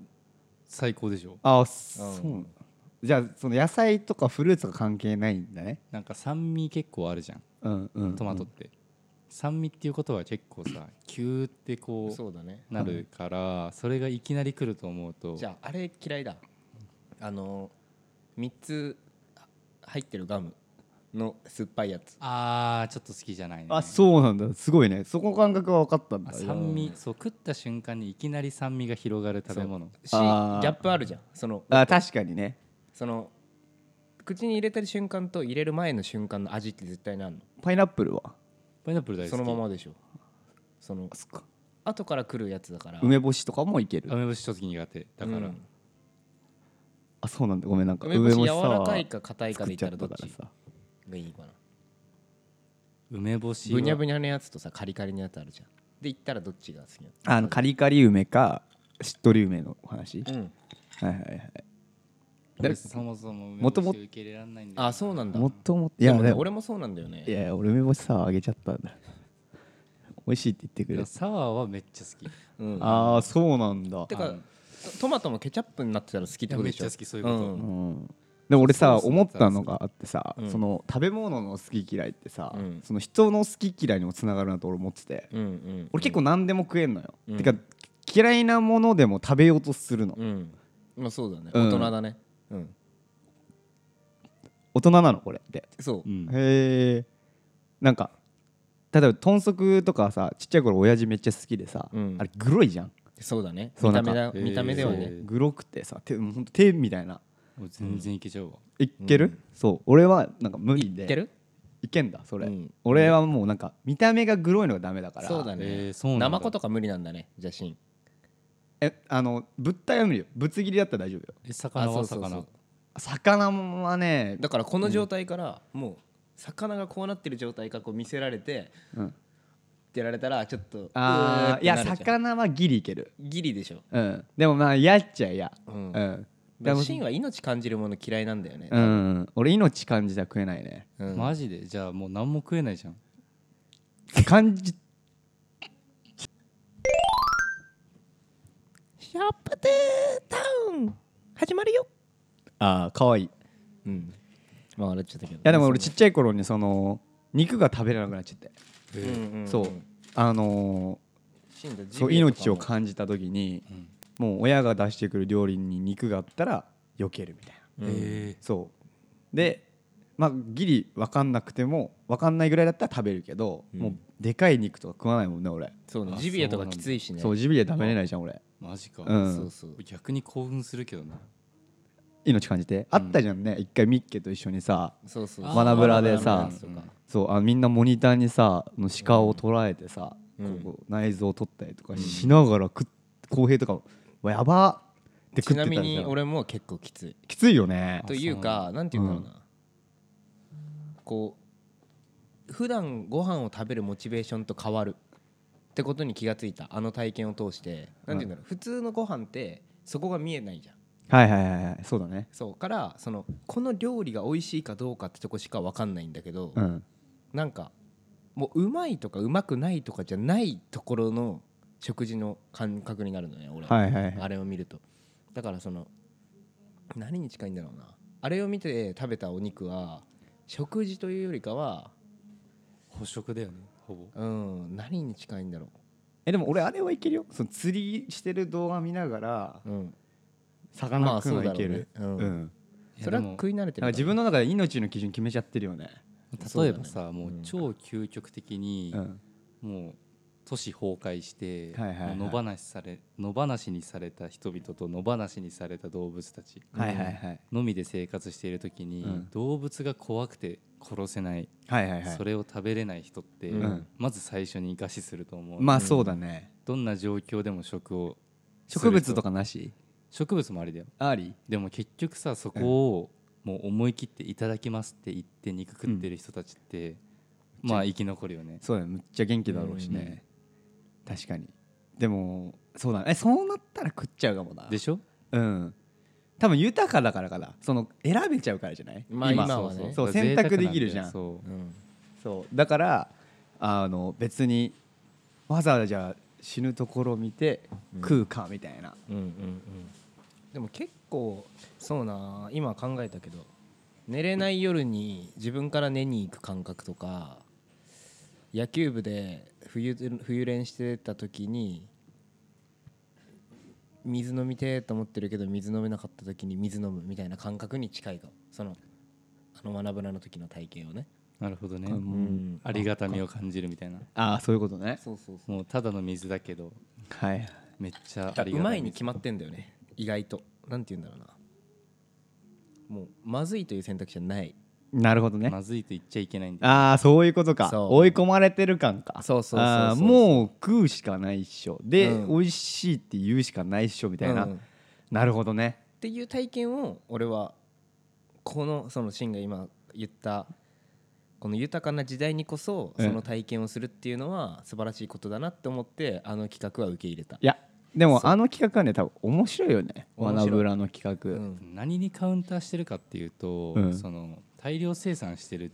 Speaker 3: 最高でしょ
Speaker 2: あそうじゃあその野菜とかフルーツが関係ないんだね
Speaker 3: なんか酸味結構あるじゃん
Speaker 2: うんうん
Speaker 3: トマトって、酸味っていうことは結構さキューってこ
Speaker 1: そうだね
Speaker 3: うなるからそれがいきなり来ると思うと
Speaker 1: じゃああれ嫌いだあの3つ入ってるガムの酸っぱいやつ
Speaker 3: ああちょっと好きじゃないね
Speaker 2: あそうなんだすごいねそこ感覚は分かったんだ
Speaker 3: あ酸味そう食った瞬間にいきなり酸味が広がる食べ物
Speaker 1: しギ
Speaker 2: あー
Speaker 1: ャップあるじゃんその
Speaker 2: あ確かにね
Speaker 1: その口に入れてる瞬間と入れる前の瞬間の味って絶対にあるの
Speaker 2: パイナップルは
Speaker 3: パイナップル大好き
Speaker 1: そのままでしょその
Speaker 2: そっか
Speaker 1: 後から来るやつだから
Speaker 2: 梅干しとかもいける
Speaker 3: 梅干しちょっと苦手だから、
Speaker 1: うん
Speaker 2: あそうなんだごめんなんか
Speaker 1: 梅干し柔
Speaker 2: さ
Speaker 1: らかいか硬いか
Speaker 2: 作
Speaker 1: で
Speaker 2: っ
Speaker 1: いっ
Speaker 2: ちゃ
Speaker 1: たら
Speaker 2: っ
Speaker 1: ど
Speaker 2: た
Speaker 1: っ
Speaker 2: から
Speaker 1: ち
Speaker 2: さ
Speaker 1: がいいかな
Speaker 3: 梅干しは
Speaker 1: ブニャブニャのやつとさカリカリのやつあるじゃんで言ったらどっちが好きな
Speaker 2: あのカリカリ梅かしっとり梅のお話
Speaker 1: のうん
Speaker 2: はいはいはい
Speaker 3: 俺そもそも梅
Speaker 2: もとも
Speaker 3: 干し受け入れられないんだよ
Speaker 1: あそうなんだ
Speaker 2: もっともっとい
Speaker 1: いやで
Speaker 2: や
Speaker 1: もね
Speaker 2: でも
Speaker 1: 俺もそうなんだよね
Speaker 2: いやいや俺梅干しさあげちゃったんだ美味しいって言ってく
Speaker 3: で
Speaker 2: れ
Speaker 3: も
Speaker 2: る
Speaker 3: サワーはめっちゃ好き
Speaker 1: うん
Speaker 2: ああそうなんだ
Speaker 1: て
Speaker 3: あ
Speaker 1: か
Speaker 3: の
Speaker 1: トトマトもケチャップになってたら好きってことでしょ
Speaker 3: いやめっちゃ好きそういうこと
Speaker 1: ん
Speaker 2: うんでも俺さ
Speaker 3: そうそう
Speaker 2: 思ったのがあってさ、
Speaker 1: うん
Speaker 2: その食べ物の好き嫌いってさ、
Speaker 1: うん
Speaker 2: その人の好き嫌いにもつながるなと俺思ってて、
Speaker 1: うんうん
Speaker 2: 俺結構何でも食えんのよ、
Speaker 1: うん
Speaker 2: てか嫌いなものでも食べようとするの、
Speaker 1: うんまあそうだね
Speaker 2: うん
Speaker 1: 大人だねうん
Speaker 2: 大人なのこれって、
Speaker 1: そう
Speaker 3: うん
Speaker 2: へえなんか例えば豚足とかさちっちゃい頃親父めっちゃ好きでさ、
Speaker 1: うん
Speaker 2: あれグロいじゃん
Speaker 1: そうだね
Speaker 2: そう
Speaker 1: 見
Speaker 2: な
Speaker 1: た
Speaker 2: ん
Speaker 1: 目だ
Speaker 2: か
Speaker 3: えー
Speaker 1: 見た目では
Speaker 3: そう
Speaker 1: ね
Speaker 2: グロくてさ手もうほんと手みたいな
Speaker 3: もう全然いけちゃうわ、
Speaker 2: いっける、
Speaker 1: うん
Speaker 2: そう俺はなんか無理で
Speaker 1: いってる
Speaker 2: いけんだそれ、
Speaker 1: うん
Speaker 2: 俺はもうなんか見た目がグロいのがダメだから
Speaker 1: そうだ
Speaker 3: え
Speaker 1: ね
Speaker 3: ーそうなんだ
Speaker 1: ナマコとか無理なんだねじゃあシン
Speaker 2: えあの物体は無理よぶつ切りだったら大丈夫よ
Speaker 3: え魚は
Speaker 1: あそうそう
Speaker 3: 魚
Speaker 1: そう
Speaker 2: 魚はね
Speaker 1: だからこの状態からもう魚がこうなってる状態からこう見せられて
Speaker 2: うん
Speaker 1: ってやられたらちょっとうーっ
Speaker 2: あーい
Speaker 1: てな
Speaker 2: や
Speaker 1: るじゃん
Speaker 2: 魚はギリいける
Speaker 1: ギリでしょ
Speaker 2: うんでもまあ嫌っちゃ嫌
Speaker 1: う
Speaker 2: うんん、
Speaker 1: だ
Speaker 2: で
Speaker 1: から
Speaker 2: も
Speaker 1: シンは命感じるもの嫌いなんだよね
Speaker 2: うん俺命感じたら食えないね
Speaker 1: うん
Speaker 3: マジでじゃあもう何も食えないじゃん
Speaker 2: 感じ
Speaker 1: シャープトゥータウン始まるよ
Speaker 2: ああかわいいい
Speaker 1: うんまあ笑っちゃったけどい
Speaker 2: やでも俺ちっちゃい頃にその肉が食べれなくなっちゃって、そうあの
Speaker 1: シンだ
Speaker 2: ーそう命を感じた時に、もう親が出してくる料理に肉があったら避けるみたいな
Speaker 3: え
Speaker 2: そうでまあギリ分かんなくても分かんないぐらいだったら食べるけど、
Speaker 1: うん
Speaker 2: もうでかい肉とか食わないもんね俺、
Speaker 1: そうね
Speaker 3: あ
Speaker 1: ジビエとかきついしね
Speaker 2: そうジビエ食べれないじゃん俺、
Speaker 3: マジか、
Speaker 2: うん
Speaker 1: そうそう
Speaker 3: 逆に興奮するけどな
Speaker 2: 命感じてあったじゃんね、一回ミッケと一緒にさ
Speaker 1: そうそう
Speaker 2: マナブラでさ
Speaker 1: マナブラのやつとか
Speaker 2: そうあみんなモニターにさあの鹿を捉えてさ、
Speaker 1: うん
Speaker 2: こう内臓を取ったりとかしながら食っ公平とかも「わやばっ!」って食
Speaker 1: ち
Speaker 2: って
Speaker 1: な
Speaker 2: た
Speaker 1: み
Speaker 2: り
Speaker 1: に
Speaker 2: さ
Speaker 1: 俺も結構きつい
Speaker 2: きついよね
Speaker 1: というかなんて言うんだろうなこう普段ご飯を食べるモチベーションと変わるってことに気がついたあの体験を通してなんて言うんだろう普通のご飯ってそこが見えないじゃん
Speaker 2: はいはいはいはいそうだね
Speaker 1: そうからそのこの料理が美味しいかどうかってとこしか分かんないんだけど、
Speaker 2: うん
Speaker 1: なんかもううまいとかうまくないとかじゃないところの食事の感覚になるのね俺は、
Speaker 2: はいはいは
Speaker 1: あ
Speaker 2: い
Speaker 1: れを見るとだからその何に近いんだろうなあれを見て食べたお肉は食事というよりかは
Speaker 3: 捕食だよねほぼ
Speaker 1: うん何に近いんだろ
Speaker 2: えでも俺あれはいけるよその釣りしてる動画見ながら
Speaker 1: う、うん、ま
Speaker 2: 魚
Speaker 1: あ
Speaker 2: 食う
Speaker 1: そう
Speaker 2: の
Speaker 1: だ
Speaker 2: い
Speaker 1: ろ
Speaker 2: け
Speaker 1: うね
Speaker 2: る、
Speaker 1: うん
Speaker 2: うん、
Speaker 3: いや
Speaker 1: それは
Speaker 3: でも
Speaker 1: 食い慣れ
Speaker 2: だ
Speaker 1: て
Speaker 2: から
Speaker 1: る
Speaker 2: 自分の中で命の基準決めちゃってるよね、
Speaker 1: そう
Speaker 3: 例え
Speaker 1: だね
Speaker 3: ばさもううん超究極的に
Speaker 2: うん、
Speaker 3: もう都市崩壊して
Speaker 2: はいはいはい
Speaker 3: もう野放しされ野放しにされた人々と野放しにされた動物たち
Speaker 2: はいはいはい
Speaker 3: のみで生活している時に
Speaker 2: うん
Speaker 3: 動物が怖くて殺せない
Speaker 2: はいはいはい
Speaker 3: それを食べれない人って
Speaker 2: うん
Speaker 3: まず最初に餓死すると思う
Speaker 2: まあそうだね
Speaker 3: どんな状況でも食を
Speaker 2: 植物と
Speaker 3: か
Speaker 2: かなし
Speaker 3: 植物もありだよ
Speaker 2: あり
Speaker 3: でも結局さそこをもう思い切っていただきますって言って肉食ってる人たちって、まあ生き残るよね
Speaker 2: そうだねむっちゃ元気だろうしね、確かにでもそうだねえそうなったら食っちゃうかもな
Speaker 3: でしょ
Speaker 2: うん多分豊かだからかなその選べちゃうからじゃない、
Speaker 1: まあ今はね
Speaker 2: そう
Speaker 3: だから
Speaker 2: 選択できるじゃん
Speaker 3: 贅沢なんだよそう
Speaker 1: うん
Speaker 2: そうだからあの別にわざわざじゃあ死ぬところ見て
Speaker 1: うん
Speaker 2: 食うかみたいな、
Speaker 1: うんうんうんでも結構そうな今考えたけど寝れない夜に自分から寝に行く感覚とか野球部で冬冬練してた時に水飲みてえと思ってるけど水飲めなかった時に水飲むみたいな感覚に近いかもそのあの学ぶなの時の体験をね、
Speaker 3: なるほどね、
Speaker 2: うん
Speaker 1: ん
Speaker 3: ありがたみを感じるみたいな
Speaker 2: ああそういうことね
Speaker 1: そうそうそう
Speaker 3: もうただの水だけど
Speaker 2: はい
Speaker 3: めっちゃあ
Speaker 1: だう
Speaker 3: りがた
Speaker 1: ま
Speaker 3: み
Speaker 1: いに決まってんだよね意外となんて言うんだろうなもうまずいという選択肢はない
Speaker 2: なるほどね
Speaker 3: まずいと言っちゃいけないんだ
Speaker 2: ああそういうことか
Speaker 1: そう
Speaker 2: 追い込まれてる感か
Speaker 1: そうそうそうそう
Speaker 2: あーもう食うしかないっしょで、
Speaker 1: うん
Speaker 2: 美味しいって言うしかないっしょみたいな、
Speaker 1: うんっ
Speaker 2: なるほどね
Speaker 1: ていう体験を俺はこのそのシンが今言ったこの豊かな時代にこそ
Speaker 2: うん
Speaker 1: その体験をするっていうのは素晴らしいことだなって思ってあの企画は受け入れた
Speaker 2: いやでも
Speaker 1: そう
Speaker 2: あの企画はね多分面白いよね
Speaker 1: 面
Speaker 2: ワ
Speaker 1: 白い
Speaker 2: ナブラの企
Speaker 1: う
Speaker 2: 画、
Speaker 1: ん
Speaker 3: 何にカウンターしてるかっていうと、
Speaker 2: うん
Speaker 3: その大量生産してる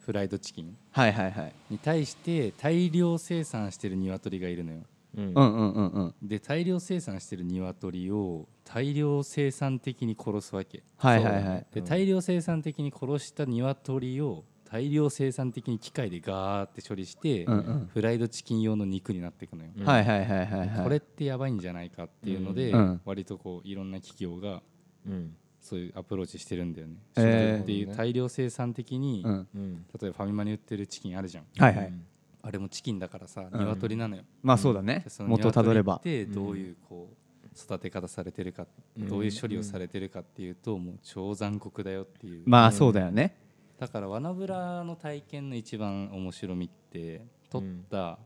Speaker 3: フライドチキン
Speaker 2: はいはいはい
Speaker 3: に対して大量生産してる鶏がいるのよ
Speaker 1: うん
Speaker 2: うんうんうんうん
Speaker 3: で大量生産してる鶏を大量生産的に殺すわけ
Speaker 2: はいはいはい
Speaker 3: で
Speaker 1: うん
Speaker 3: 大量生産的に殺した鶏を大量生産的に機械でガーって処理して、
Speaker 2: うんうん
Speaker 3: フライドチキン用の肉になっていくのよ、
Speaker 1: うん
Speaker 2: はいはいはいはいはい
Speaker 3: これってやばいんじゃないかっていうので、
Speaker 2: うん
Speaker 3: 割とこういろんな企業が
Speaker 1: うん
Speaker 3: そういうアプローチしてるんだよね、
Speaker 2: えー
Speaker 3: 食っていう大量生産的に、
Speaker 2: うん
Speaker 1: うん
Speaker 3: 例えばファミマに売ってるチキンあるじゃん
Speaker 2: はいはい
Speaker 3: あれもチキンだからさ
Speaker 2: うん
Speaker 3: 鶏なのよ、
Speaker 2: まあそうだね
Speaker 3: でその
Speaker 2: 元をたどれば
Speaker 3: 鶏ってどういうこう育て方されてるか、
Speaker 1: うん
Speaker 3: どういう処理をされてるかっていうともう超残酷だよっていう、
Speaker 2: まあそうだよね
Speaker 3: だからワナブラの体験の一番面白みって取った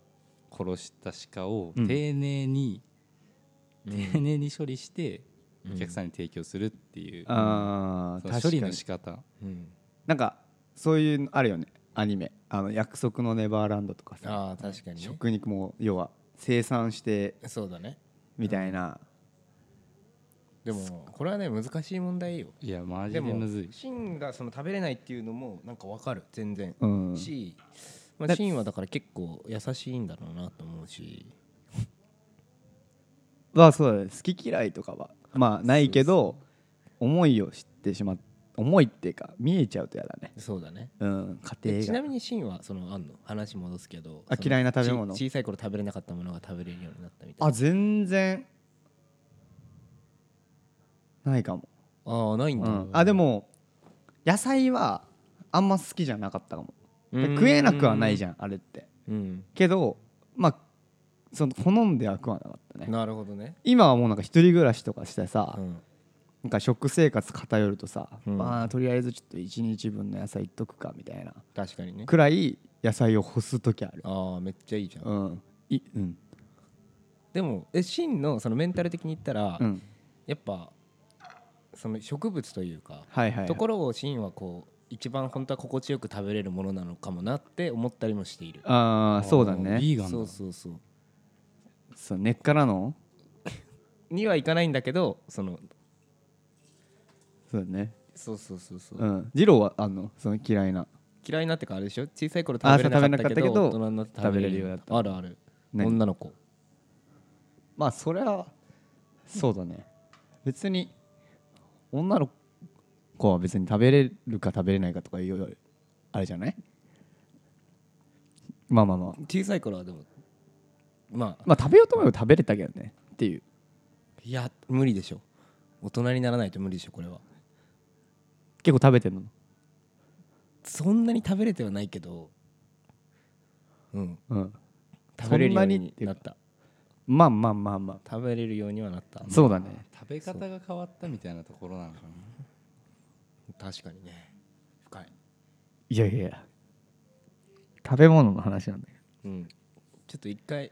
Speaker 3: 殺した鹿を
Speaker 2: うん
Speaker 3: 丁寧に、丁寧に処理して
Speaker 1: うん
Speaker 3: お客さんに提供するっていう、
Speaker 2: あ
Speaker 3: そ
Speaker 2: ー
Speaker 3: の
Speaker 2: 確
Speaker 3: 処理
Speaker 2: か
Speaker 3: の
Speaker 2: に
Speaker 3: 仕方
Speaker 1: うん
Speaker 2: なんかそういうのあるよねアニメあの約束のネバーランドとかさ
Speaker 1: ああ確かにね
Speaker 2: 食肉も要は生産して
Speaker 1: そうだね
Speaker 2: みたいな
Speaker 1: でもこれはね難しい問題よ
Speaker 3: いやマジ
Speaker 1: で
Speaker 3: で
Speaker 1: も
Speaker 3: むずい
Speaker 1: ンがその食べれないっていうのもなんかわかる全然
Speaker 2: うん
Speaker 1: し、ま
Speaker 2: だ
Speaker 1: あ、シンはだから結構優しいんだろうなと思うし
Speaker 2: まあそうだね好き嫌いとかはまあないけど思いを知ってしまっ思いっていうか見えちゃうとやだね
Speaker 1: そうだね
Speaker 2: うん家
Speaker 1: えちな
Speaker 2: 庭が
Speaker 1: みにシンはそのあんの話戻すけど
Speaker 2: あ
Speaker 1: その
Speaker 2: 嫌いな食べ物
Speaker 1: ち小さい頃食べれなかったものが食べれるようになったみたい
Speaker 2: あ
Speaker 1: な
Speaker 2: 全然ないかも
Speaker 1: ああないんだ、
Speaker 2: うんあでも野菜はあんま好きじゃなかったかも
Speaker 1: うん
Speaker 2: 食えなくはないじゃんあれって
Speaker 1: うん、
Speaker 2: けどまあその好んでは食わなかったね
Speaker 1: なるほどね、
Speaker 2: 今はもうなんか一人暮らしとかしてさ、
Speaker 1: うん
Speaker 2: なんか食生活偏るとさ、
Speaker 1: うん
Speaker 2: まあとりあえずちょっと1日分の野菜いっとくかみたいな
Speaker 1: 確かにね
Speaker 2: くらい野菜を干す時ある
Speaker 1: ああめっちゃいいじゃん、
Speaker 2: うんいうん
Speaker 1: でもえシンのそのメンタル的に言ったら、
Speaker 2: うん
Speaker 1: やっぱその植物というか
Speaker 2: はいはいはい
Speaker 1: ところをシンはこう一番本当は心地よく食べれるものなのかもなって思ったりもしている
Speaker 2: ああそうだ
Speaker 3: あー
Speaker 2: ね
Speaker 3: ビーガンだ
Speaker 1: そうそうそう
Speaker 2: そう根っからの
Speaker 1: にはいかないんだけどその
Speaker 2: そうだね
Speaker 1: そうそうそうそう、
Speaker 2: うん二郎はあんのその嫌いな
Speaker 1: 嫌いになってからあれでしょ小さい頃食べれなかったけど
Speaker 2: あそ
Speaker 1: 大
Speaker 2: う食べ
Speaker 1: 人
Speaker 2: れなかったけど
Speaker 1: になって食べれるようになったあるある
Speaker 2: 何
Speaker 1: 女の子
Speaker 2: まあそれはそうだね別に女の子は別に食べれるか食べれないかとかいうよりあれじゃないまあまあまあ
Speaker 1: 小さい頃はでもまあ
Speaker 2: まあ食べようと思えば食べれたけどねっていう
Speaker 1: いや無理でしょ大人にならないと無理でしょこれは
Speaker 2: 結構食べてんの
Speaker 1: そんなに食べれてはないけどうん
Speaker 2: うん
Speaker 1: 食べれるよう
Speaker 2: そんなにっ
Speaker 1: に
Speaker 2: ていう
Speaker 1: な
Speaker 2: か
Speaker 1: った
Speaker 2: まあまあまあま
Speaker 1: 食べれるようにはなった
Speaker 2: あそうだね
Speaker 3: 食べ方が変わったみたいなところなのかな
Speaker 1: 確かにね深い
Speaker 2: いやいやいや食べ物の話なんだけど
Speaker 1: うんちょっと一回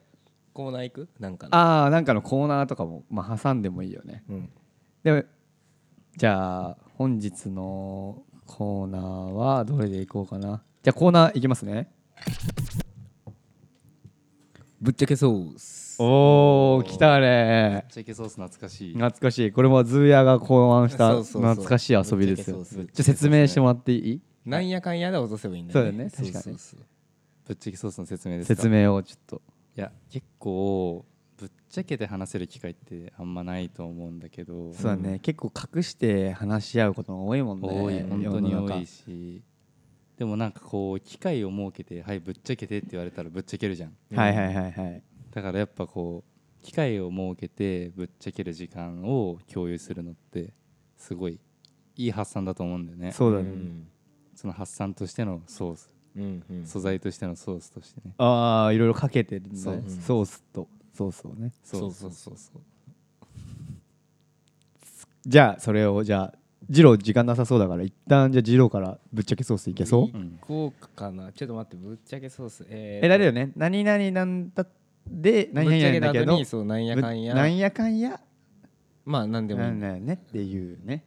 Speaker 1: コーナー行くなんかの
Speaker 2: ああなんかのコーナーとかも、まあ、挟んでもいいよね
Speaker 1: うん
Speaker 2: でもじゃあ本日のコーナーはどれでいこうかなじゃあコーナーいきますね
Speaker 1: ぶっちゃけそうっす
Speaker 2: おお来たね
Speaker 3: チェケソース懐かしい
Speaker 2: 懐かしいこれもズーヤが考案した
Speaker 1: そうそうそう
Speaker 2: 懐かしい遊びです
Speaker 1: ぶっちゃけ
Speaker 2: よ
Speaker 1: そうっす
Speaker 2: じゃ説明してもらっていい
Speaker 1: なんやかんやで落とせばいいんだ
Speaker 2: そうだよね確かに
Speaker 1: そうそう
Speaker 3: ぶっちゃけソースの説明ですか
Speaker 2: 説明をちょっと
Speaker 3: いや結構ぶっちゃけて話せる機会ってあんまないと思うんだけど
Speaker 2: そうだね、結構隠して話し合うことが多いもんね
Speaker 3: 多い本当に
Speaker 2: 世の中
Speaker 3: 多いしでもなんかこう機会を設けて「はいぶっちゃけて」って言われたらぶっちゃけるじゃん
Speaker 2: はいはいはいはい
Speaker 3: だからやっぱこう機会を設けてぶっちゃける時間を共有するのってすごいいい発散だと思うんだよね
Speaker 2: そう
Speaker 1: う
Speaker 2: だね、
Speaker 1: ん
Speaker 3: その発散としてのソース
Speaker 1: うんうん
Speaker 3: 素材としてのソースとしてね
Speaker 2: ああいろいろかけてるね
Speaker 3: そう
Speaker 2: ソースとソースをね
Speaker 1: そうそうそう
Speaker 3: そう
Speaker 2: じゃあそれをじゃあジロー時間なさそうだから一旦じゃあジローからぶっちゃけソースいけそう
Speaker 3: う、ん、
Speaker 1: 豪華かなちょっと待ってぶっちゃけそうっすえーと
Speaker 2: えられるよね何々なんだで何
Speaker 1: ぶっ
Speaker 2: 々
Speaker 1: ちゃ
Speaker 2: な
Speaker 1: けた
Speaker 2: んだけ
Speaker 1: 後
Speaker 2: ど
Speaker 1: にそうなんやかんや
Speaker 2: ぶなんやかんや
Speaker 1: まあなんでもいい
Speaker 2: なんだよねっていうね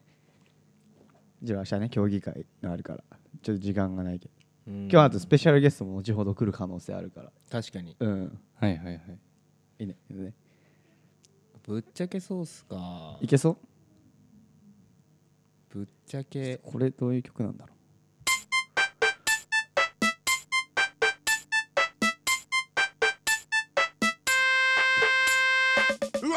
Speaker 2: ジロー明日ね競技会があるからちょっと時間がないけど、
Speaker 1: うん
Speaker 2: 今日あとスペシャルゲストも後ほど来る可能性あるから
Speaker 1: 確かに
Speaker 2: うん
Speaker 3: はいはいはい
Speaker 2: いいねいいね
Speaker 1: ぶっちゃけソースか
Speaker 2: いけそう
Speaker 1: ぶっちゃけ
Speaker 2: これどういう曲なんだろ う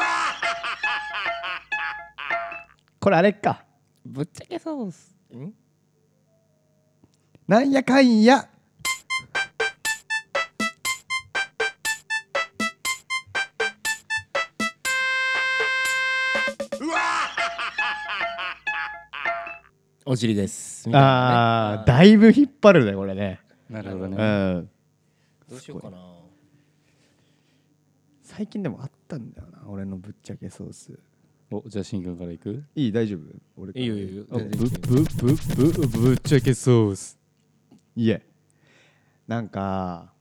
Speaker 2: これあれか
Speaker 1: ぶっちゃけソースん
Speaker 2: なんやかんや
Speaker 1: お尻ですみたいなね
Speaker 2: あーだいぶ引っ張るねこれね
Speaker 3: なるほど
Speaker 2: う
Speaker 3: ね、
Speaker 2: ん
Speaker 1: どうしようかな
Speaker 2: 最近でもあったんだよな俺のぶっちゃけソース
Speaker 3: おじゃあしんくんからいく
Speaker 2: いい大丈夫俺から
Speaker 1: いいよいいよ
Speaker 2: あ
Speaker 1: 全然
Speaker 3: ぶぶぶぶぶっちゃけソース
Speaker 2: いえなんか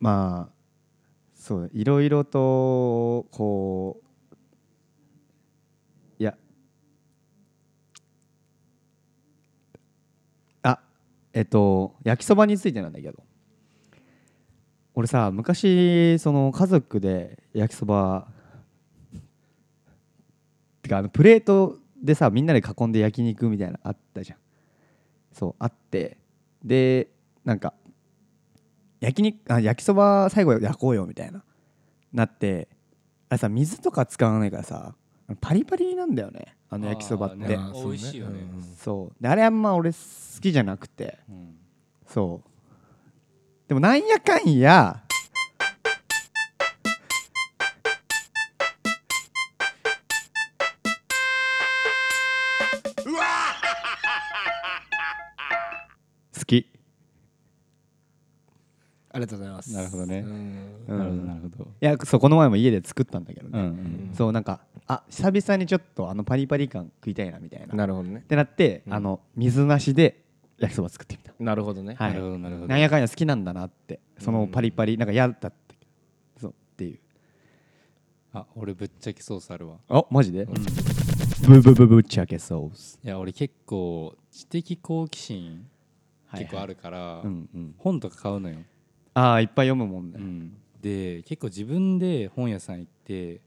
Speaker 2: まあそういろいろとこういやあえっと焼きそばについてなんだけど俺さ昔その家族で焼きそばてかあのプレートでさみんなで囲んで焼肉みたいなのあったじゃんそうあってでなんか焼肉あ焼きそば最後焼こうよみたいななってあれさ水とか使わないからさあのパリパリなんだよねあの焼きそばって、
Speaker 3: あーね
Speaker 1: あーそうね
Speaker 3: 美味しいよね
Speaker 1: うん
Speaker 2: そうであれあんま俺好きじゃなくて
Speaker 3: うん
Speaker 2: そうでもなんやかんや 好き
Speaker 1: ありがとうございます
Speaker 3: なるほどね
Speaker 1: うん
Speaker 2: うん
Speaker 3: なるほどなるほ
Speaker 2: い
Speaker 3: ど
Speaker 2: やそうこの前も家で作ったんだけど
Speaker 3: うんう
Speaker 2: ね、
Speaker 3: ん
Speaker 2: そうなんかあ久々にちょっとあのパリパリ感食いたいなみたいなっ
Speaker 1: なるほどね
Speaker 2: てなって、
Speaker 1: うん
Speaker 2: あの水なしで焼きそば作ってみた、
Speaker 1: なるほどね
Speaker 2: はい
Speaker 3: なるほどなるほど
Speaker 2: なんやかんや好きなんだなってそのパリパリなんか嫌だったけどそうっていう
Speaker 3: あ俺ぶっちゃけソースあるわ
Speaker 2: あマジで、ブブブブっちゃけソース
Speaker 3: いや俺結構知的好奇心
Speaker 2: はいはい
Speaker 3: 結構あるから、
Speaker 2: うんうん
Speaker 3: 本とか買うのよ、
Speaker 2: ああいっぱい読むもんね、
Speaker 3: で結構自分で本屋さん行って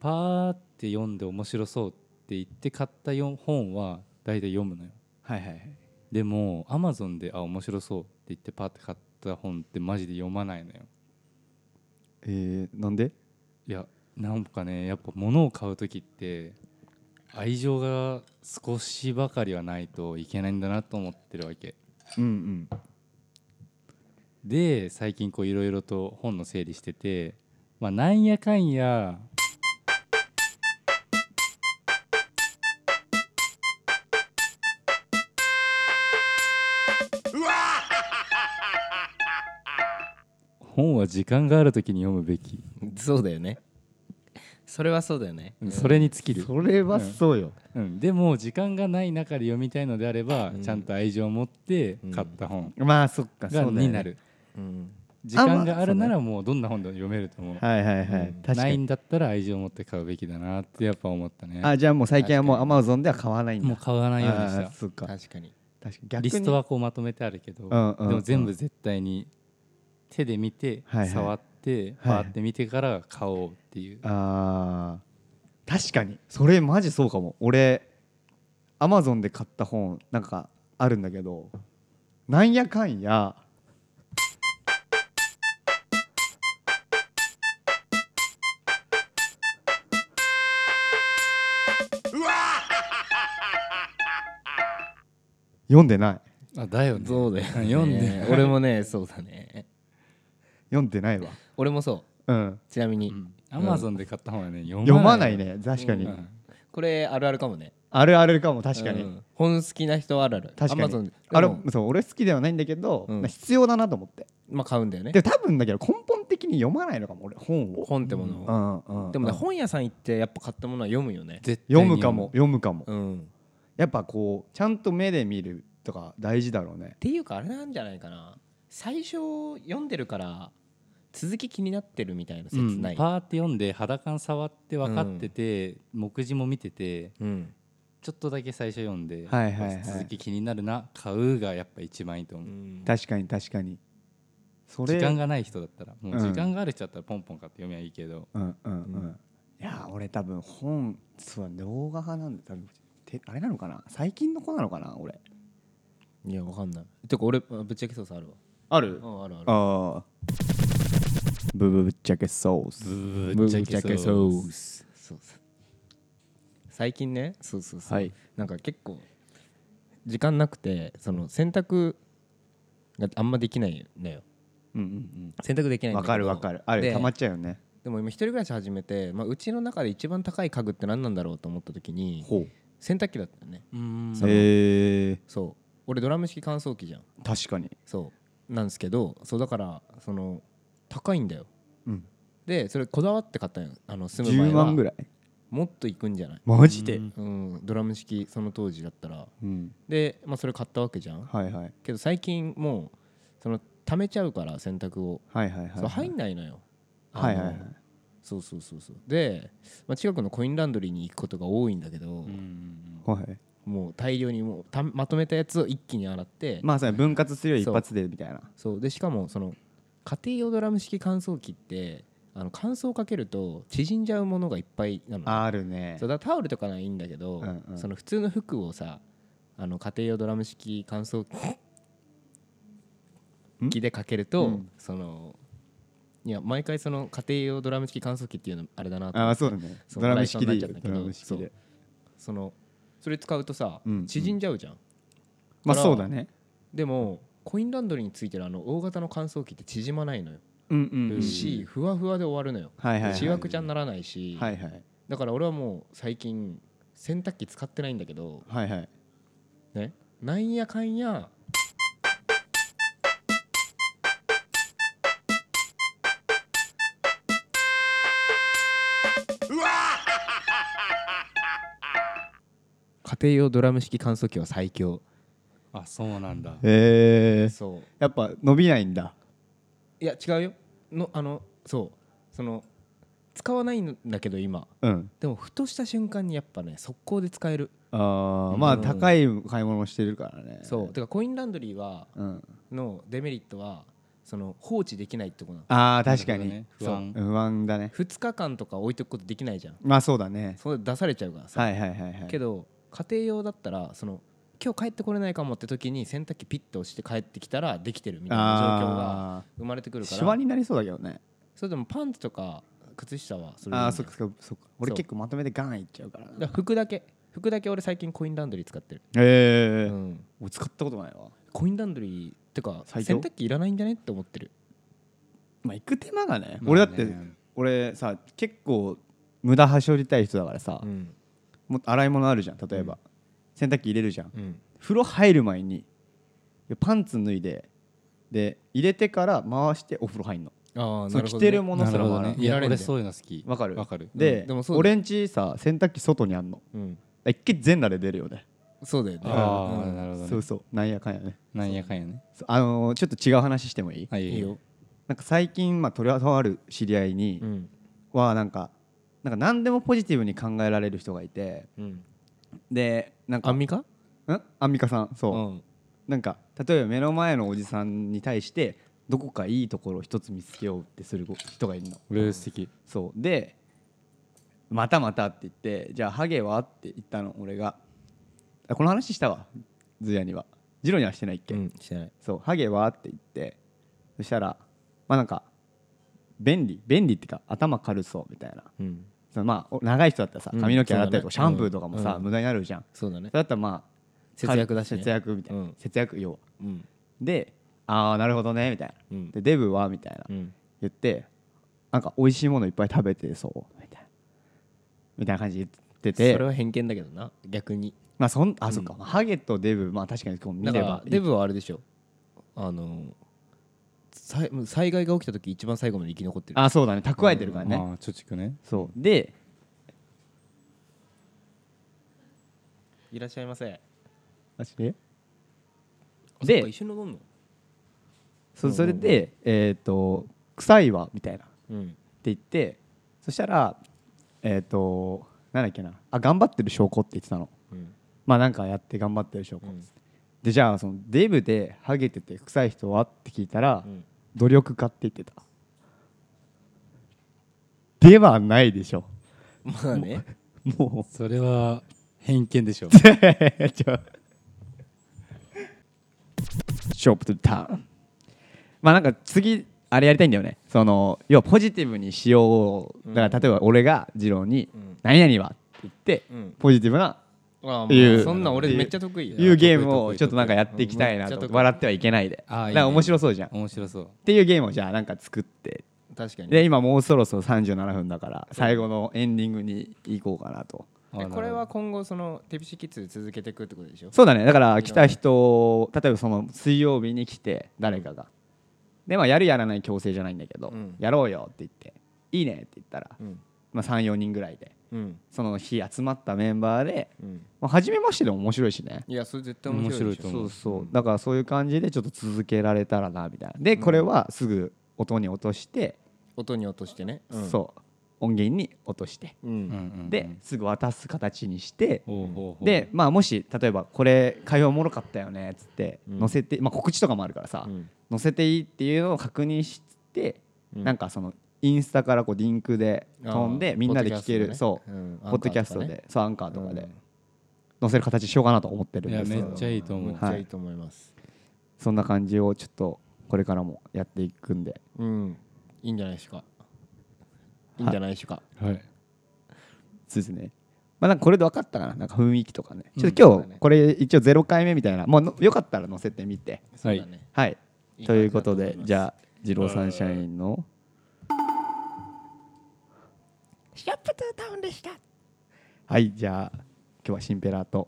Speaker 3: パーって読んで面白そうって言って買ったよ本は大体読むのよ
Speaker 2: はいはいはい
Speaker 3: でもアマゾンであ面白そうって言ってパーって買った本ってマジで読まないのよ
Speaker 2: えー、なんで
Speaker 3: いやなんかねやっぱ物を買う時って愛情が少しばかりはないといけないんだなと思ってるわけ
Speaker 2: うん
Speaker 3: で最近こういろいろと本の整理しててまあなんやかんや本は時間がある時に読むべき、
Speaker 1: そうだよねそれはそうだよね、
Speaker 3: それに尽きる、
Speaker 2: それはそうよ、
Speaker 3: うん、でも時間がない中で読みたいのであれば、
Speaker 1: うん
Speaker 3: ちゃんと愛情を持って
Speaker 1: うん
Speaker 3: 買った本
Speaker 2: まあそっかそうだ
Speaker 3: が、
Speaker 2: よね
Speaker 3: になる
Speaker 1: うん
Speaker 3: 時間があるならもうどんな本でも読めると思う、
Speaker 2: はいはいは
Speaker 1: う
Speaker 2: い、
Speaker 1: ん
Speaker 2: 確か
Speaker 3: ない
Speaker 2: に
Speaker 3: んだったら愛情を持って買うべきだなってやっぱ思ったね
Speaker 2: あじゃあもう最近はもうア
Speaker 1: 確
Speaker 2: マゾンでは買わないんだ
Speaker 3: もう買わないようにし
Speaker 2: あー
Speaker 3: た
Speaker 2: そっか
Speaker 1: 確かに
Speaker 2: 確かに
Speaker 3: リ
Speaker 2: 逆
Speaker 3: ス
Speaker 2: に
Speaker 3: トはこうまとめてあるけど、
Speaker 2: うんうん
Speaker 3: でも全部絶対に手で見て、
Speaker 2: はいはい
Speaker 3: 触って
Speaker 2: は
Speaker 3: パ
Speaker 2: い
Speaker 3: ーって見てから買おうっていう、
Speaker 2: あー確かにそれマジそうかも俺アマゾンで買った本なんかあるんだけどなんやかんや読んでない
Speaker 3: あだよね
Speaker 1: そうだよ、ね、
Speaker 3: 読んで
Speaker 1: 俺もねそうだね
Speaker 2: 読んでないわ
Speaker 1: 俺もそう
Speaker 2: うん
Speaker 1: ちなみに、
Speaker 3: アマゾンで買った本はね読まない
Speaker 2: 読まないね確かに、
Speaker 3: うん
Speaker 1: これあるあるかもね
Speaker 2: あるあるかも確かに、
Speaker 1: うん本好きな人あるある
Speaker 2: 確か
Speaker 1: Amazon
Speaker 2: に
Speaker 1: で
Speaker 2: あれ
Speaker 1: でも
Speaker 2: そう俺好きではないんだけど、
Speaker 1: うん
Speaker 2: な必要だなと思って
Speaker 1: まあ買うんだよね
Speaker 2: で多分だけど根本的に読まないのかも俺本を、
Speaker 1: 本ってものを、
Speaker 2: うんうんうん
Speaker 1: でもね、本屋さん行ってやっぱ買ったものは読むよね
Speaker 3: 絶対に
Speaker 2: 読むかも読むかも、
Speaker 1: うんっ
Speaker 2: やっぱこうちゃんと目で見るとか大事だろうね
Speaker 1: ていうかあれなんじゃないかな最初読んでるから続き気になってるみたいな
Speaker 3: う
Speaker 1: 説
Speaker 3: ん
Speaker 1: ない、
Speaker 3: パーって読んで肌感触って分かってて、目次も見てて
Speaker 1: うん
Speaker 3: ちょっとだけ最初読んで、
Speaker 2: はいはいはい
Speaker 3: 続き気になるな買うがやっぱ一番いいと
Speaker 1: う
Speaker 3: 思う、
Speaker 1: ん
Speaker 2: 確かに確かにそれ
Speaker 3: 時間がない人だったらもう
Speaker 2: うん
Speaker 3: 時間がある人だったらポンポン買って読みはいいけど、
Speaker 2: うんうんうん、
Speaker 1: う
Speaker 2: いやー俺多分本そう動画派なんで多分てあれなのかな最近の子なのかな俺
Speaker 1: いやわかんないてか俺ぶっちゃけソースあるわ
Speaker 2: ある
Speaker 1: うんあるある
Speaker 2: ああブブぶっちゃけソース
Speaker 3: ぶっちゃけそう
Speaker 1: スそうそう最近ねそうそうそう、
Speaker 2: はい
Speaker 1: なんか結構時間なくてその洗濯があんまできないのよ
Speaker 2: うんうん
Speaker 1: 洗濯でき
Speaker 2: う
Speaker 1: ないんだ
Speaker 2: んわ
Speaker 1: けど
Speaker 2: かるわかるある
Speaker 1: で
Speaker 2: たまっちゃうよね
Speaker 1: でも今一人暮らし始めて、まあ、うちの中で一番高い家具って何なんだろうと思った時に
Speaker 2: ほう
Speaker 1: 洗濯機だったよね
Speaker 3: うん
Speaker 1: その
Speaker 2: へえ
Speaker 1: そう俺ドラム式乾燥機じゃん
Speaker 2: 確かに
Speaker 1: そうなんですけどそうだからその高いんだよ
Speaker 2: うん
Speaker 1: でそれこだわって買ったんよあの住む前は
Speaker 2: 10万ぐ
Speaker 1: らい
Speaker 2: らい
Speaker 1: もっといくんじゃない、
Speaker 2: マジで
Speaker 1: うん、ドラム式その当時だったら
Speaker 2: うん
Speaker 1: で、まあ、それ買ったわけじゃん
Speaker 2: はいはい
Speaker 1: けど最近もうその溜めちゃうから洗濯を、
Speaker 2: はいはい
Speaker 1: そう
Speaker 2: は
Speaker 1: 入
Speaker 2: い
Speaker 1: んないのよ
Speaker 2: はいはいは
Speaker 1: あ
Speaker 2: い
Speaker 1: のそうそうそうそうで、まあ、近くのコインランドリーに行くことが多いんだけど、
Speaker 3: うん
Speaker 2: はい
Speaker 1: もう大量にもうたまとめたやつを一気に洗って、
Speaker 2: まあそれ分割するより一
Speaker 1: そう
Speaker 2: 発でみたいな
Speaker 1: そうでしかもその家庭用ドラム式乾燥機ってあの乾燥かけると縮んじゃうものがいっぱいなの
Speaker 2: あるね
Speaker 1: そうだからタオルとかならいいんだけど、
Speaker 2: うんうん
Speaker 1: その普通の服をさあの家庭用ドラム式乾燥
Speaker 2: ん
Speaker 1: 機でかけると、
Speaker 2: うん
Speaker 1: そのいや毎回その家庭用ドラム式乾燥機っていうのあれだなと
Speaker 2: ああそうだね
Speaker 1: そう
Speaker 2: ドラム式でいい
Speaker 1: ラ
Speaker 2: よ
Speaker 1: イソンになっちゃったけ
Speaker 2: ド
Speaker 1: ど
Speaker 2: ラム式
Speaker 1: そう
Speaker 2: で
Speaker 1: そのそれ使うとさ、
Speaker 2: うんうん
Speaker 1: 縮んじゃうじゃん
Speaker 2: まあ
Speaker 1: から
Speaker 2: そうだね
Speaker 1: でもコインランドリーについてるあの大型の乾燥機って縮まないのよ、
Speaker 2: うんうんうん
Speaker 1: しふわふわで終わるのよ
Speaker 2: はいはい
Speaker 1: し
Speaker 2: は
Speaker 1: わくちゃにならないし、
Speaker 2: いはいはい
Speaker 1: だから俺はもう最近洗濯機使ってないんだけど
Speaker 2: はいはい
Speaker 1: ねなんやかんや家庭用ドラム式乾燥機は最強
Speaker 3: あそうなんだ
Speaker 2: へえ
Speaker 1: そう
Speaker 2: やっぱ伸びないんだ
Speaker 1: いや違うよのあのそうその使わないんだけど今
Speaker 2: うん
Speaker 1: でもふとした瞬間にやっぱね速攻で使える
Speaker 2: あーまあ
Speaker 1: うん
Speaker 2: 高い買い物をしてるからね
Speaker 1: そうてかコインランドリーは
Speaker 2: うん
Speaker 1: のデメリットはその放置できないってことなの
Speaker 2: ああ確か
Speaker 3: なる
Speaker 2: に
Speaker 3: ほどね不安
Speaker 2: 不安だね
Speaker 1: 2日間とか置いとくことできないじゃん
Speaker 2: まあそうだね
Speaker 1: それ出されちゃうからさ、
Speaker 2: はいはいはいはい
Speaker 1: けど家庭用だったらその今日帰ってこれないかもって時に洗濯機ピッと押して帰ってきたらできてるみたいな状況が
Speaker 2: あ
Speaker 1: 生まれてく
Speaker 2: ー
Speaker 1: るか
Speaker 2: シワ
Speaker 1: ら
Speaker 2: になりそうだけどね
Speaker 1: それでもパンツとか靴下はそれでいい
Speaker 2: あ
Speaker 1: ん
Speaker 2: あ
Speaker 1: だ
Speaker 2: そっ
Speaker 1: よ
Speaker 2: かそっかそっか俺
Speaker 1: そう
Speaker 2: 結構まとめてガンいっちゃうからな
Speaker 1: だから服だけ服だけ俺最近コインランドリー使ってる、
Speaker 2: へえ
Speaker 1: うん
Speaker 2: 俺使ったことないわ
Speaker 1: コインランドリーってか洗
Speaker 2: 最強
Speaker 1: 濯機いらないんじゃねって思ってる
Speaker 2: まあ行く手間がね
Speaker 3: まあね
Speaker 2: 俺だって俺さ結構無駄はしょりたい人だからさ
Speaker 1: うん
Speaker 2: もう洗い物あるじゃん例えば洗濯機入れるじゃん
Speaker 1: うん
Speaker 2: 風呂入る前にパンツ脱いでで入れてから回してお風呂入んの
Speaker 1: ああ
Speaker 2: そ
Speaker 1: な
Speaker 2: う
Speaker 1: るほ
Speaker 2: 着
Speaker 1: ど、ね、
Speaker 2: てるものす
Speaker 3: な
Speaker 2: ら
Speaker 3: るほ
Speaker 2: も
Speaker 3: ど
Speaker 2: あ
Speaker 3: ね
Speaker 2: る
Speaker 3: い
Speaker 1: 見ら
Speaker 3: や
Speaker 1: れんだ
Speaker 3: 俺
Speaker 1: よ
Speaker 3: そういうの好き
Speaker 2: わかる
Speaker 3: わかる
Speaker 2: で
Speaker 1: でもそうだよ
Speaker 2: 俺んちさ洗濯機外にあんの
Speaker 1: うん
Speaker 2: 一回全裸で出るよね
Speaker 1: そうだよね
Speaker 3: ああ、
Speaker 1: うん
Speaker 3: なるほ
Speaker 2: そ
Speaker 3: ど
Speaker 2: う
Speaker 3: ね
Speaker 2: そうなんやかんやね
Speaker 3: なんやかんやね
Speaker 2: そうあのーちょっと違う話してもいい、
Speaker 3: はい
Speaker 1: いいよ、
Speaker 2: なんか最近まあとりあえず知り合いに
Speaker 1: うん
Speaker 2: はなんかなんか何でもポジティブに考えられる人がいて
Speaker 1: うん、
Speaker 2: でなんか
Speaker 1: アンミカ
Speaker 2: んアンミカさんそう、
Speaker 1: ん、
Speaker 2: なんか例えば目の前のおじさんに対してどこかいいところを一つ見つけようってする人がいるの
Speaker 3: 俺素敵
Speaker 2: そうで「またまた」って言って「じゃあハゲは?」って言ったの俺があこの話したわズヤにはジロにはしてないっけ、
Speaker 1: うん、してない
Speaker 2: そう「ハゲは?」って言ってそしたらまあなんか便利便利っていうか頭軽そうみたいな
Speaker 1: うん
Speaker 2: そのまあお長い人だったらさ
Speaker 1: うん
Speaker 2: 髪の毛洗ったりとか、シ
Speaker 1: そう
Speaker 2: ャ
Speaker 1: だね
Speaker 2: ンプーとかもさ、
Speaker 1: うん
Speaker 2: 無駄になるじゃん
Speaker 1: そうだね
Speaker 2: それだったらまあ
Speaker 1: 節約だしね
Speaker 2: 節約みたいな、
Speaker 1: うん
Speaker 2: 節約要は
Speaker 1: うん
Speaker 2: で「ああなるほどね」みたいな
Speaker 1: うん
Speaker 2: でデブはみたいな
Speaker 1: うん
Speaker 2: 言ってなんか美味しいものいっぱい食べてそうみたいなみたいな感じで言って
Speaker 1: そ
Speaker 2: て
Speaker 1: れは偏見だけどな逆に
Speaker 2: まあそんあ、そっか、まあ、ハゲとデブまあ確かにこう見
Speaker 1: だか
Speaker 2: れ
Speaker 1: ら
Speaker 2: ば
Speaker 1: デブはあれでしょあの災災害が起きた時一番最後まで生き残ってる
Speaker 2: あそうだね蓄えてるからね、
Speaker 3: ああ貯蓄ね
Speaker 2: そうで
Speaker 1: いらっしゃいませ
Speaker 2: で
Speaker 1: 一緒に飲んの
Speaker 2: そそれでえっ、と臭いわみたいなって
Speaker 1: うん
Speaker 2: 言ってそしたらえっ、となんだっけなあ頑張ってる証拠って言ってたの
Speaker 1: うん
Speaker 2: まあなんかやって頑張ってる証拠、
Speaker 1: うん
Speaker 2: でじゃあそのデブでハゲてて臭い人はって聞いたら、
Speaker 1: うん
Speaker 2: 努力家って言ってたではないでしょ
Speaker 1: まあね
Speaker 2: も
Speaker 3: それは偏見でしょ
Speaker 2: うちょショップとターンまあなんか次あれやりたいんだよねその要はポジティブにしようだから例えば俺が二郎に
Speaker 1: うん
Speaker 2: 「何々は?」って言って
Speaker 1: うん
Speaker 2: ポジティブな
Speaker 1: ああ
Speaker 2: い
Speaker 1: ま
Speaker 2: う
Speaker 1: あそんな俺めっちゃ得意よ
Speaker 2: いうゲームをちょっとなんかやっていきたいな
Speaker 1: うんめっちゃ
Speaker 2: と
Speaker 1: 得意
Speaker 2: 笑ってはいけないで
Speaker 3: あー
Speaker 2: な
Speaker 3: いい
Speaker 2: ん
Speaker 3: ね
Speaker 2: か面白そうじゃんっ
Speaker 3: 面白そう
Speaker 2: ていうゲームをじゃあなんか作って
Speaker 1: 確かに
Speaker 2: で今もうそろそろ37分だから最後のエンディングに行こうかなと
Speaker 3: ああ
Speaker 1: えこれは今後そのテピシキッズ続けていくってことでしょ
Speaker 2: そうだねだから来た人例えばその水曜日に来て誰かがでまあやるやらない強制じゃないんだけど、
Speaker 1: うん
Speaker 2: やろうよって言っていいねって言ったら、
Speaker 1: うん
Speaker 2: まあ、34人ぐらいで
Speaker 1: うん
Speaker 2: その日集まったメンバーで、
Speaker 1: うん
Speaker 2: まあ、初めましてでも面白いしね
Speaker 1: いやそれ絶対面白いでしょ
Speaker 3: 面白いと思
Speaker 2: そうそうだからそういう感じでちょっと続けられたらなみたいなでこれはすぐ音に落として、
Speaker 1: 音に落としてね
Speaker 2: そう音源に落として、
Speaker 1: うんう
Speaker 3: うんうんん
Speaker 2: で、すぐ渡す形にして、
Speaker 3: ほうほうほう
Speaker 2: でまあもし例えばこれ会話おもろかったよねっつって
Speaker 1: うん
Speaker 2: 載せて、まあ、告知とかもあるからさ、
Speaker 1: うん
Speaker 2: 載せていいっていうのを確認して、
Speaker 1: うん
Speaker 2: なんかそのインスタからこうリンクで飛ん
Speaker 1: あ
Speaker 2: で
Speaker 1: ー
Speaker 2: みんなで聞ける、
Speaker 1: ポ
Speaker 2: そうポッド
Speaker 1: ッ
Speaker 2: キ
Speaker 1: ドキ
Speaker 2: ャ
Speaker 1: ャ
Speaker 2: ス
Speaker 1: スト
Speaker 2: トで、
Speaker 1: ね
Speaker 2: そうアンカーとか
Speaker 1: う
Speaker 2: で
Speaker 1: ん
Speaker 2: 載せる形にしようかなと思ってるん
Speaker 3: いや
Speaker 2: ですけ
Speaker 3: め
Speaker 2: ど
Speaker 3: っちゃいいと思う
Speaker 1: めっちゃいいと思います
Speaker 2: そんな感じをちょっとこれからもやっていくんで
Speaker 1: うんいいんじゃないですかいいんじゃないですか
Speaker 3: はい
Speaker 2: そうですねまあなんかこれで分かったかななんか雰囲気とかねちょっと今
Speaker 1: そうだ
Speaker 2: 日
Speaker 1: ね
Speaker 2: これ一応0回目みたいなもうのよかったら載せてみて
Speaker 1: そうだね
Speaker 2: はい
Speaker 1: いい
Speaker 2: と
Speaker 1: 感
Speaker 2: いう
Speaker 1: じ
Speaker 2: こ
Speaker 1: だと思
Speaker 2: と
Speaker 1: います
Speaker 2: でじゃあ二郎サンシャインの
Speaker 4: シャープトゥータウンでした。
Speaker 2: はいじゃあ今日はシンペラーと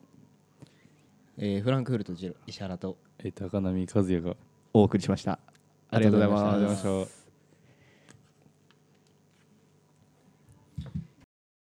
Speaker 1: えーフランクフルトジロ石原と
Speaker 3: え高波和也が
Speaker 2: お送りしましたありがとうござい
Speaker 1: ありがとうござい
Speaker 2: ま
Speaker 1: ますし
Speaker 3: ました